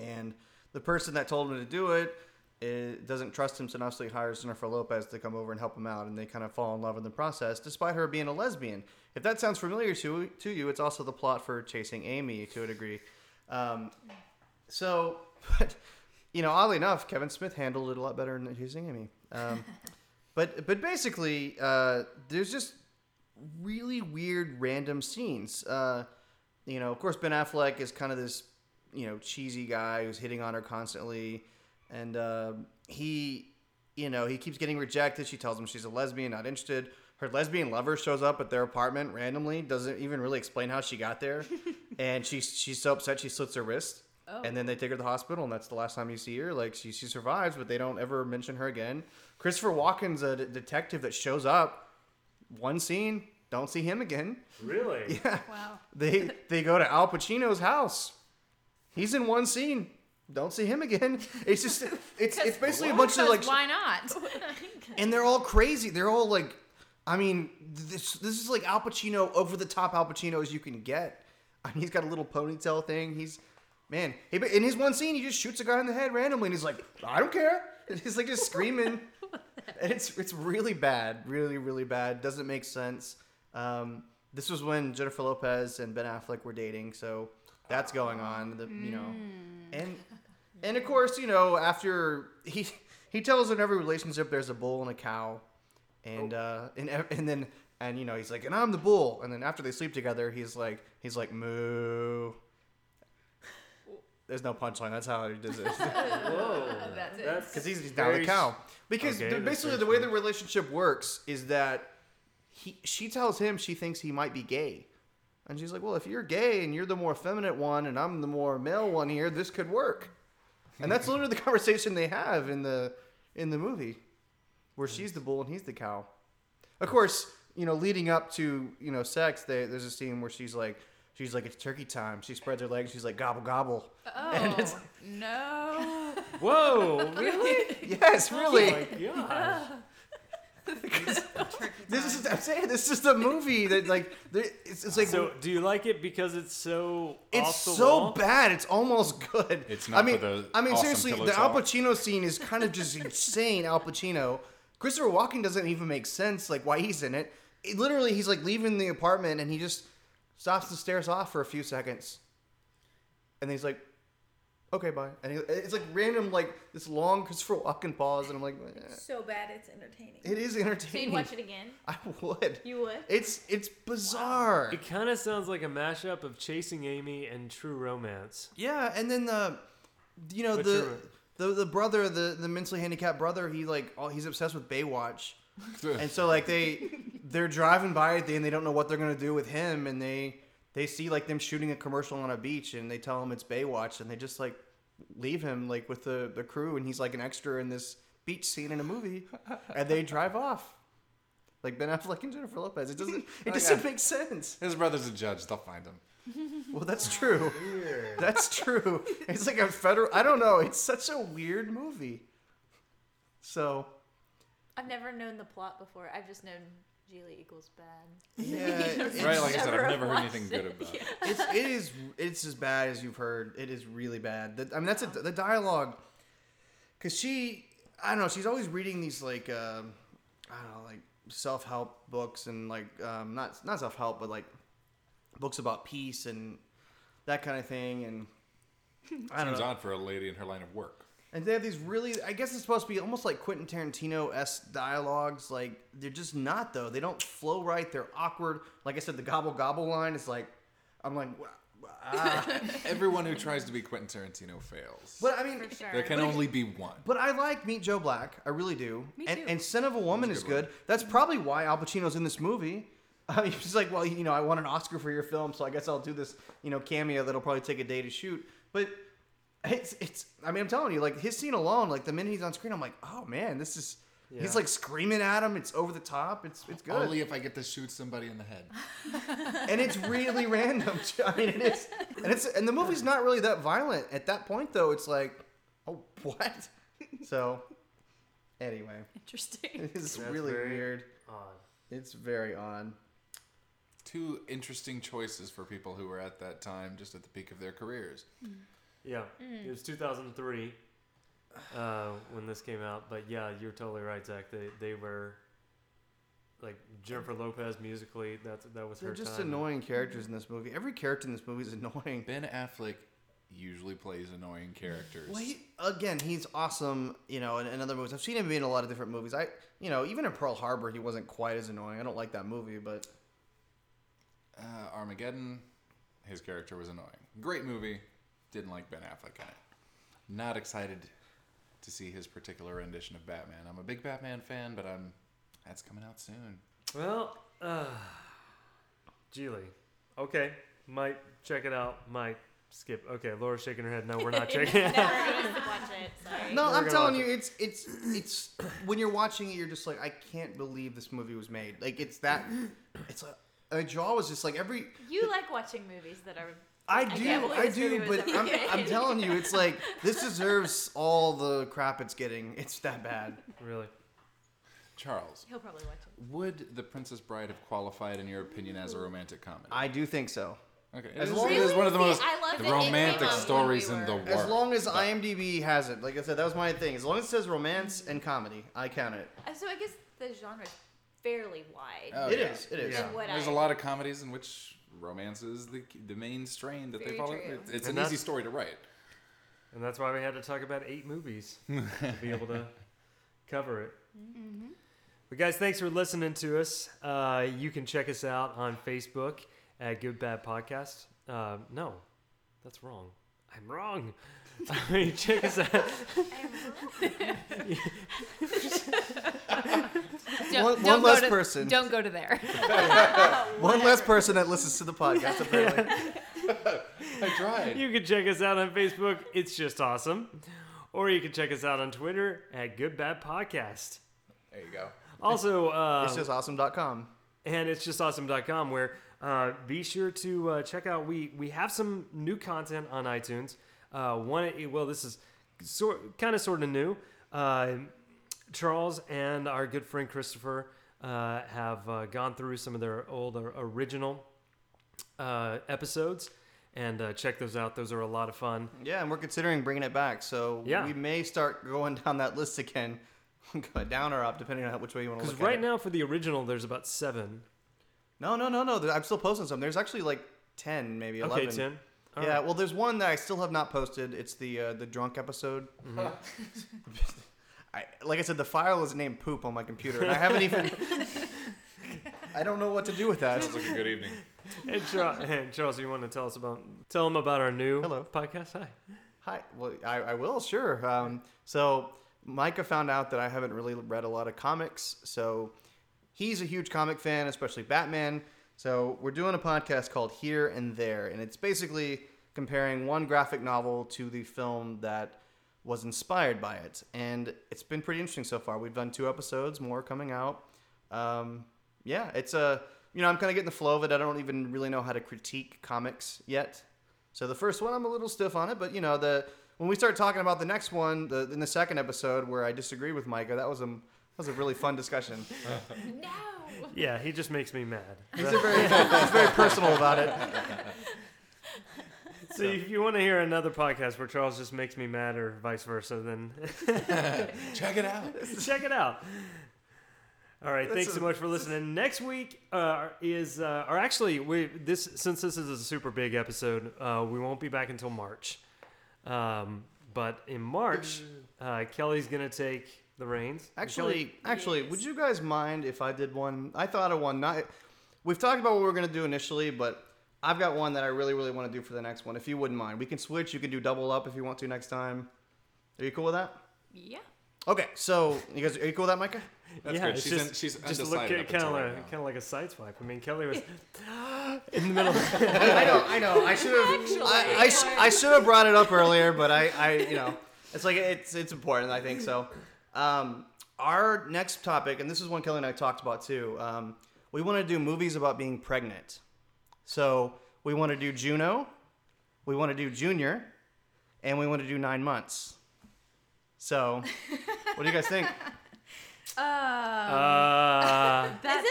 [SPEAKER 3] And the person that told him to do it, it doesn't trust him so enough, so he hires Jennifer Lopez to come over and help him out, and they kind of fall in love in the process, despite her being a lesbian. If that sounds familiar to to you, it's also the plot for Chasing Amy to a degree. Um, so, but you know, oddly enough, Kevin Smith handled it a lot better than Chasing Amy. Um, but but basically, uh, there's just really weird random scenes. Uh, you know, of course, Ben Affleck is kind of this, you know, cheesy guy who's hitting on her constantly, and uh, he, you know, he keeps getting rejected. She tells him she's a lesbian, not interested. Her lesbian lover shows up at their apartment randomly, doesn't even really explain how she got there, and she's she's so upset she slits her wrist. And then they take her to the hospital, and that's the last time you see her. Like she, she survives, but they don't ever mention her again. Christopher Walken's a d- detective that shows up one scene, don't see him again.
[SPEAKER 1] Really?
[SPEAKER 5] Wow.
[SPEAKER 3] They they go to Al Pacino's house. He's in one scene. Don't see him again. It's just it's it's basically a bunch of like
[SPEAKER 6] Because why not?
[SPEAKER 3] and they're all crazy. They're all like, I mean, this this is like Al Pacino over the top Al Pacino as you can get. I mean, he's got a little ponytail thing. He's man. He, but in his one scene, he just shoots a guy in the head randomly, and he's like, I don't care. And he's like just screaming, and it's it's really bad, really really bad. Doesn't make sense. Um, this was when
[SPEAKER 6] Mm.
[SPEAKER 3] Jennifer Lopez and Ben Affleck were dating, so that's going on. The, You know, and And of course, you know, after he he tells in every relationship there's a bull and a cow,
[SPEAKER 6] Oh.
[SPEAKER 3] and uh, and ev- and then and you know he's like, and I'm the bull, and then after they sleep together, he's like he's like moo. There's no punchline. That's how he does it.
[SPEAKER 1] Whoa.
[SPEAKER 6] That's it.
[SPEAKER 1] Because
[SPEAKER 3] Because he's, he's now the cow. Because
[SPEAKER 1] okay,
[SPEAKER 3] the-
[SPEAKER 1] that's
[SPEAKER 3] basically,
[SPEAKER 1] very
[SPEAKER 3] the way the relationship works is that he, she tells him she thinks he might be gay. And she's like, well, if you're gay and you're the more effeminate one and I'm the more male one here, this could work. And that's literally the conversation they have in the in the movie, where she's the bull and he's the cow. Of course, you know, leading up to you know sex, they, there's a scene where she's like, she's like, it's turkey time. She spreads her legs. She's like, gobble gobble.
[SPEAKER 5] Oh no!
[SPEAKER 1] Whoa, really?
[SPEAKER 3] Yes, really.
[SPEAKER 1] oh my gosh.
[SPEAKER 3] This is I'm saying this is the movie that like there, it's, it's like
[SPEAKER 1] So, do you like it because it's so
[SPEAKER 3] it's
[SPEAKER 1] off the
[SPEAKER 3] so
[SPEAKER 1] wall?
[SPEAKER 3] bad. It's almost good.
[SPEAKER 4] It's
[SPEAKER 3] I
[SPEAKER 4] not
[SPEAKER 3] mean,
[SPEAKER 4] for the
[SPEAKER 3] I mean
[SPEAKER 4] awesome
[SPEAKER 3] seriously,
[SPEAKER 4] pillow
[SPEAKER 3] the Al
[SPEAKER 4] talk.
[SPEAKER 3] Pacino scene is kind of just insane. Al Pacino, Christopher Walken doesn't even make sense. Like why he's in it. It- literally, he's like leaving the apartment and he just stops and stares off for a few seconds, and then he's like, "Okay, bye." And he, it's like random, like this long Christopher Walken pause, and I'm like, eh.
[SPEAKER 7] So bad it's entertaining.
[SPEAKER 3] "It is
[SPEAKER 2] So
[SPEAKER 3] entertaining."
[SPEAKER 2] you'd watch it again?
[SPEAKER 3] I would.
[SPEAKER 2] You would?
[SPEAKER 3] It's it's bizarre.
[SPEAKER 1] It kind of sounds like a mashup of Chasing Amy and True Romance.
[SPEAKER 3] Yeah, and then the, you know
[SPEAKER 1] But
[SPEAKER 3] the,
[SPEAKER 1] you're-
[SPEAKER 3] the the brother, the the mentally handicapped brother, he like all, he's obsessed with Baywatch, and so like they they're driving by it and they don't know what they're gonna do with him, and they they see like them shooting a commercial on a beach, and they tell him it's Baywatch, and they just like leave him like with the the crew, and he's like an extra in this beach scene in a movie, and they drive off. Like Ben Affleck and Jennifer Lopez, it doesn't it doesn't make sense.
[SPEAKER 4] His brother's a judge. They'll find him.
[SPEAKER 3] Well, that's true. That's true. It's like a federal. I don't know. It's such a weird movie. So
[SPEAKER 2] I've never known the plot before. I've just known Geely equals bad.
[SPEAKER 3] yeah, it's,
[SPEAKER 4] Right, like I said,
[SPEAKER 2] Never
[SPEAKER 4] I've never heard
[SPEAKER 2] watched
[SPEAKER 4] anything
[SPEAKER 2] it.
[SPEAKER 4] good about it.
[SPEAKER 3] it's it is it's as bad as you've heard. It is really bad. The, I mean, that's a, the dialogue. Cause she, I don't know. She's always reading these like um I don't know, like self help books and like um, not not self help, but like books about peace and that kind of thing. And I don't
[SPEAKER 4] Seems
[SPEAKER 3] know.
[SPEAKER 4] odd for a lady in her line of work.
[SPEAKER 3] And they have these really, I guess it's supposed to be almost like Quentin Tarantino s dialogues. Like they're just not though. They don't flow right. They're awkward. Like I said, the gobble gobble line is like, I'm like, "Wha- wha- ah."
[SPEAKER 4] Everyone who tries to be Quentin Tarantino fails.
[SPEAKER 3] but I mean,
[SPEAKER 4] There can
[SPEAKER 3] But if-
[SPEAKER 4] only be one.
[SPEAKER 3] but I like Meet Joe Black. I really do.
[SPEAKER 5] Me
[SPEAKER 3] and,
[SPEAKER 5] too.
[SPEAKER 3] and Sin of a Woman
[SPEAKER 4] That's a
[SPEAKER 3] is
[SPEAKER 4] good one.
[SPEAKER 3] good. That's probably why Al Pacino's in this movie. Uh, he's just like, well, you know, I won an Oscar for your film, so I guess I'll do this, you know, cameo that'll probably take a day to shoot. But it's, it's. I mean, I'm telling you, like his scene alone, like the minute he's on screen, I'm like, oh man, this is.
[SPEAKER 1] Yeah.
[SPEAKER 3] He's like screaming at him. It's over the top. It's it's good,
[SPEAKER 4] Only if I get to shoot somebody in the head.
[SPEAKER 3] and it's really random. too. I mean, it is, and it's and the movie's not really that violent at that point though. It's like, oh what? So, anyway.
[SPEAKER 5] Interesting.
[SPEAKER 3] It's
[SPEAKER 1] That's
[SPEAKER 3] really
[SPEAKER 1] very-
[SPEAKER 3] weird.
[SPEAKER 1] Odd.
[SPEAKER 3] It's very odd.
[SPEAKER 4] Two interesting choices for people who were at that time, just at the peak of their careers.
[SPEAKER 1] Yeah, it was 2003 uh, when this came out. But yeah, you're totally right, Zach. They they were like Jennifer Lopez musically. That's that was
[SPEAKER 3] They're
[SPEAKER 1] her
[SPEAKER 3] just
[SPEAKER 1] time.
[SPEAKER 3] annoying characters in this movie. Every character in this movie is annoying.
[SPEAKER 4] Ben Affleck usually plays annoying characters.
[SPEAKER 3] Well, he, again, he's awesome, you know, in, in other movies. I've seen him be in a lot of different movies. I, you know, even in Pearl Harbor, he wasn't quite as annoying. I don't like that movie, but
[SPEAKER 4] Uh, Armageddon, his character was annoying. Great movie. Didn't like Ben Affleck in it. Not excited to see his particular rendition of Batman. I'm a big Batman fan, but I'm that's coming out soon.
[SPEAKER 1] Well, uh, Geely. Okay, might check it out. Might skip. Okay, Laura's shaking her head. No, we're not checking. it out.
[SPEAKER 2] Never gonna watch it. Sorry.
[SPEAKER 3] no,
[SPEAKER 1] We're
[SPEAKER 3] I'm
[SPEAKER 1] gonna
[SPEAKER 3] telling
[SPEAKER 1] watch
[SPEAKER 3] you, it's it's it's when you're watching it, you're just like, I can't believe this movie was made. Like it's that, it's a. A jaw was just like every
[SPEAKER 2] You like watching movies that are.
[SPEAKER 3] I
[SPEAKER 2] I
[SPEAKER 3] do,
[SPEAKER 2] can't believe
[SPEAKER 3] I,
[SPEAKER 2] this
[SPEAKER 3] do,
[SPEAKER 2] movie was
[SPEAKER 3] but
[SPEAKER 2] ever
[SPEAKER 3] I'm,
[SPEAKER 2] made.
[SPEAKER 3] I'm telling you, it's like this deserves all the crap it's getting. It's that bad.
[SPEAKER 1] Really?
[SPEAKER 4] Charles,
[SPEAKER 2] He'll probably watch it.
[SPEAKER 4] would The Princess Bride have qualified, in your opinion, as a romantic comedy?
[SPEAKER 3] I do think so.
[SPEAKER 4] okay,
[SPEAKER 3] as
[SPEAKER 4] it is-
[SPEAKER 3] long
[SPEAKER 4] it is
[SPEAKER 3] as-
[SPEAKER 4] one of the
[SPEAKER 2] See,
[SPEAKER 4] most
[SPEAKER 2] I love
[SPEAKER 4] the
[SPEAKER 2] that it came
[SPEAKER 4] romantic
[SPEAKER 2] up when
[SPEAKER 4] stories
[SPEAKER 6] we
[SPEAKER 4] in the
[SPEAKER 6] were-
[SPEAKER 4] world.
[SPEAKER 3] As long as IMDb has it, like I said, that was my thing. As long as it says romance and comedy, I count it.
[SPEAKER 2] Uh, So I guess the genre is fairly wide.
[SPEAKER 4] Oh,
[SPEAKER 3] It
[SPEAKER 4] yeah.
[SPEAKER 3] is, It is.
[SPEAKER 1] Yeah.
[SPEAKER 2] than what
[SPEAKER 4] There's
[SPEAKER 2] I,
[SPEAKER 4] a lot of comedies in which romance is the the main strain that they
[SPEAKER 2] Very
[SPEAKER 4] follow.
[SPEAKER 2] true.
[SPEAKER 4] It's, it's
[SPEAKER 1] And
[SPEAKER 4] an easy
[SPEAKER 1] that's-
[SPEAKER 4] story to write.
[SPEAKER 1] And that's why we had to talk about eight movies to be able to cover it. But guys, thanks for listening to us. Uh, you can check us out on Facebook at Good Bad Podcast. Uh, no, that's wrong. I'm wrong. I mean, check us out.
[SPEAKER 6] Don't,
[SPEAKER 3] One- one
[SPEAKER 6] don't
[SPEAKER 3] less
[SPEAKER 6] go to,
[SPEAKER 3] person.
[SPEAKER 6] Don't go to there.
[SPEAKER 3] One less person that listens to the podcast, apparently.
[SPEAKER 1] Um,
[SPEAKER 4] I tried.
[SPEAKER 1] You can check us out on Facebook. It's just awesome. Or you can check us out on Twitter at Good Bad Podcast.
[SPEAKER 4] there you go.
[SPEAKER 1] Also, uh,
[SPEAKER 3] It's just awesome.com.
[SPEAKER 1] and it's just awesome.com where uh, be sure to uh, check out we we have some new content on itunes uh, one well this is sort kind of sort of new uh, charles and our good friend christopher uh, have uh, gone through some of their old or- original uh, episodes and uh, check those out those are a lot of fun
[SPEAKER 3] Yeah, and we're considering bringing it back, so
[SPEAKER 1] Yeah.
[SPEAKER 3] we may start going down that list again, go down or up, depending on which way you want to
[SPEAKER 1] because
[SPEAKER 3] look
[SPEAKER 1] right
[SPEAKER 3] at
[SPEAKER 1] now for the original there's about seven
[SPEAKER 3] it. No, no, no, no. there- I'm still posting some. There's actually like ten, maybe eleven.
[SPEAKER 1] okay tim All
[SPEAKER 3] yeah,
[SPEAKER 1] right.
[SPEAKER 3] well, there's one that I still have not posted. It's the uh, the drunk episode. I, like I said, the file is named poop on my computer, and I haven't even. I don't know what to do with that.
[SPEAKER 4] Sounds like a good evening.
[SPEAKER 1] and, Char- and charles you want to tell us about tell them about our new
[SPEAKER 3] Hello.
[SPEAKER 1] podcast hi
[SPEAKER 3] Hi. Well, I, I will, sure. Um, so Micah found out that I haven't really read a lot of comics. So he's a huge comic fan, especially Batman. So we're doing a podcast called Here and There, and it's basically comparing one graphic novel to the film that was inspired by it. And it's been pretty interesting so far. We've done two episodes, more coming out. Um, yeah, it's a you know I'm kind of getting the flow of it. I don't even really know how to critique comics yet. So the first one I'm a little stiff on it, but you know the when we start talking about the next one, the in the second episode where I disagree with Micah, that was a that was a really fun discussion.
[SPEAKER 6] no.
[SPEAKER 1] Yeah, he just makes me mad.
[SPEAKER 3] He's a very he's very personal about it.
[SPEAKER 1] So if you want to hear another podcast where Charles just makes me mad or vice versa, then
[SPEAKER 4] Check it out.
[SPEAKER 1] check it out. All right,
[SPEAKER 3] This
[SPEAKER 1] thanks
[SPEAKER 3] is-
[SPEAKER 1] so much for listening. Next week uh, is, uh, or actually, we this since this is a super big episode, uh, we won't be back until March. Um, but in
[SPEAKER 4] Mm.
[SPEAKER 1] March, uh, Kelly's gonna take the reins. Kelly-
[SPEAKER 3] Actually, actually, would you guys mind if I did one? I thought of one. Not we've talked about what we were gonna do initially, but I've got one that I really, really want to do for the next one. If you wouldn't mind, we can switch. You can do double up if you want to next time. Are you cool with that?
[SPEAKER 6] Yeah.
[SPEAKER 3] Okay, so you guys are you cool with that, Micah?
[SPEAKER 4] That's
[SPEAKER 1] yeah,
[SPEAKER 4] good.
[SPEAKER 1] it's
[SPEAKER 4] She's
[SPEAKER 1] just,
[SPEAKER 4] in- she's
[SPEAKER 1] just look
[SPEAKER 4] undecided
[SPEAKER 1] kind
[SPEAKER 4] up until
[SPEAKER 1] of
[SPEAKER 4] right now.
[SPEAKER 1] kind of like a side swipe. I mean, Kelly was in the middle.
[SPEAKER 3] I know, I know. I should have. I, I, sh- I should have brought it up earlier, but I, I, you know, it's like it's it's important. I think so. Um, our next topic, and this is one Kelly and I talked about too. Um, we want to do movies about being pregnant. So we want to do Juno, we want to do Junior, and we want to do Nine Months. So, what do you guys think?
[SPEAKER 1] Uh,
[SPEAKER 2] Is this a
[SPEAKER 4] Haven't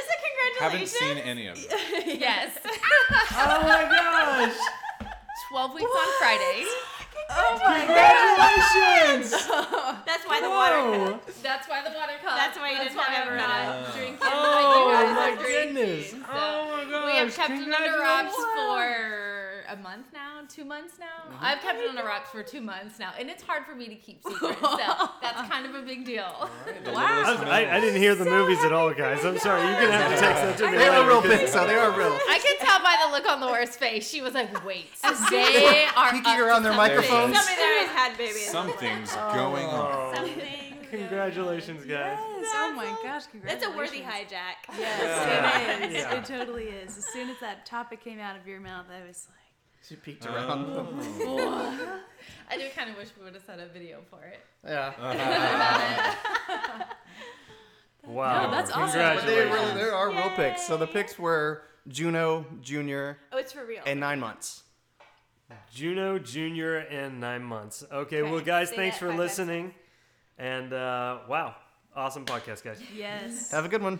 [SPEAKER 2] congratulations?
[SPEAKER 4] seen any of them.
[SPEAKER 6] Yes.
[SPEAKER 1] oh my gosh!
[SPEAKER 6] 12 weeks on Friday.
[SPEAKER 2] oh my
[SPEAKER 1] Congratulations!
[SPEAKER 2] That's why the water.
[SPEAKER 1] Whoa.
[SPEAKER 6] That's why the water cup.
[SPEAKER 2] That's why you didn't have
[SPEAKER 6] I'm
[SPEAKER 2] it
[SPEAKER 6] not
[SPEAKER 3] Uh,
[SPEAKER 6] drinking.
[SPEAKER 1] Oh,
[SPEAKER 6] you guys
[SPEAKER 1] my
[SPEAKER 6] are drinking.
[SPEAKER 1] goodness.
[SPEAKER 6] So
[SPEAKER 1] Oh my
[SPEAKER 6] We have
[SPEAKER 1] gosh,
[SPEAKER 6] kept it under wraps
[SPEAKER 1] congratulations.
[SPEAKER 6] for a month now, two months now.
[SPEAKER 3] Mm-hmm.
[SPEAKER 6] I've kept it under wraps for two months now, and it's hard for me to keep secrets. so that's kind of a big deal.
[SPEAKER 4] The
[SPEAKER 1] I,
[SPEAKER 4] littlest
[SPEAKER 1] I, I didn't hear the movies at all, guys. I'm sorry. You're gonna have to text that to me.
[SPEAKER 3] They are
[SPEAKER 1] later,
[SPEAKER 3] real
[SPEAKER 1] because-
[SPEAKER 3] big, so they are real.
[SPEAKER 6] I could tell by the look on Laura's face. She was like, "Wait, they are
[SPEAKER 3] Peeking
[SPEAKER 6] up to
[SPEAKER 3] around their
[SPEAKER 6] something."
[SPEAKER 3] microphones.
[SPEAKER 2] Somebody there has had babies.
[SPEAKER 4] Something's going on.
[SPEAKER 1] Oh, congratulations, guys.
[SPEAKER 5] oh my gosh,
[SPEAKER 2] That's
[SPEAKER 5] congratulations.
[SPEAKER 2] a worthy hijack.
[SPEAKER 5] Yes, it is.
[SPEAKER 1] Yeah.
[SPEAKER 5] It totally is. As soon as that topic came out of your mouth, I was like,
[SPEAKER 3] She peeked around.
[SPEAKER 1] Oh.
[SPEAKER 6] I do kind of wish we would have set a video for it.
[SPEAKER 3] Yeah.
[SPEAKER 1] Wow.
[SPEAKER 5] No, Oh, that's awesome.
[SPEAKER 3] But they
[SPEAKER 1] Congratulations.
[SPEAKER 3] really, there are real picks. So the picks were Juno, Junior,
[SPEAKER 2] Oh, it's for real.
[SPEAKER 3] and nine months.
[SPEAKER 1] Juno Junior and nine months. Okay, well,
[SPEAKER 2] Okay,
[SPEAKER 1] guys,
[SPEAKER 2] say
[SPEAKER 1] thanks
[SPEAKER 2] that
[SPEAKER 1] for
[SPEAKER 2] five times.
[SPEAKER 1] listening, and uh, wow, awesome podcast, guys.
[SPEAKER 5] yes.
[SPEAKER 3] Have a good one.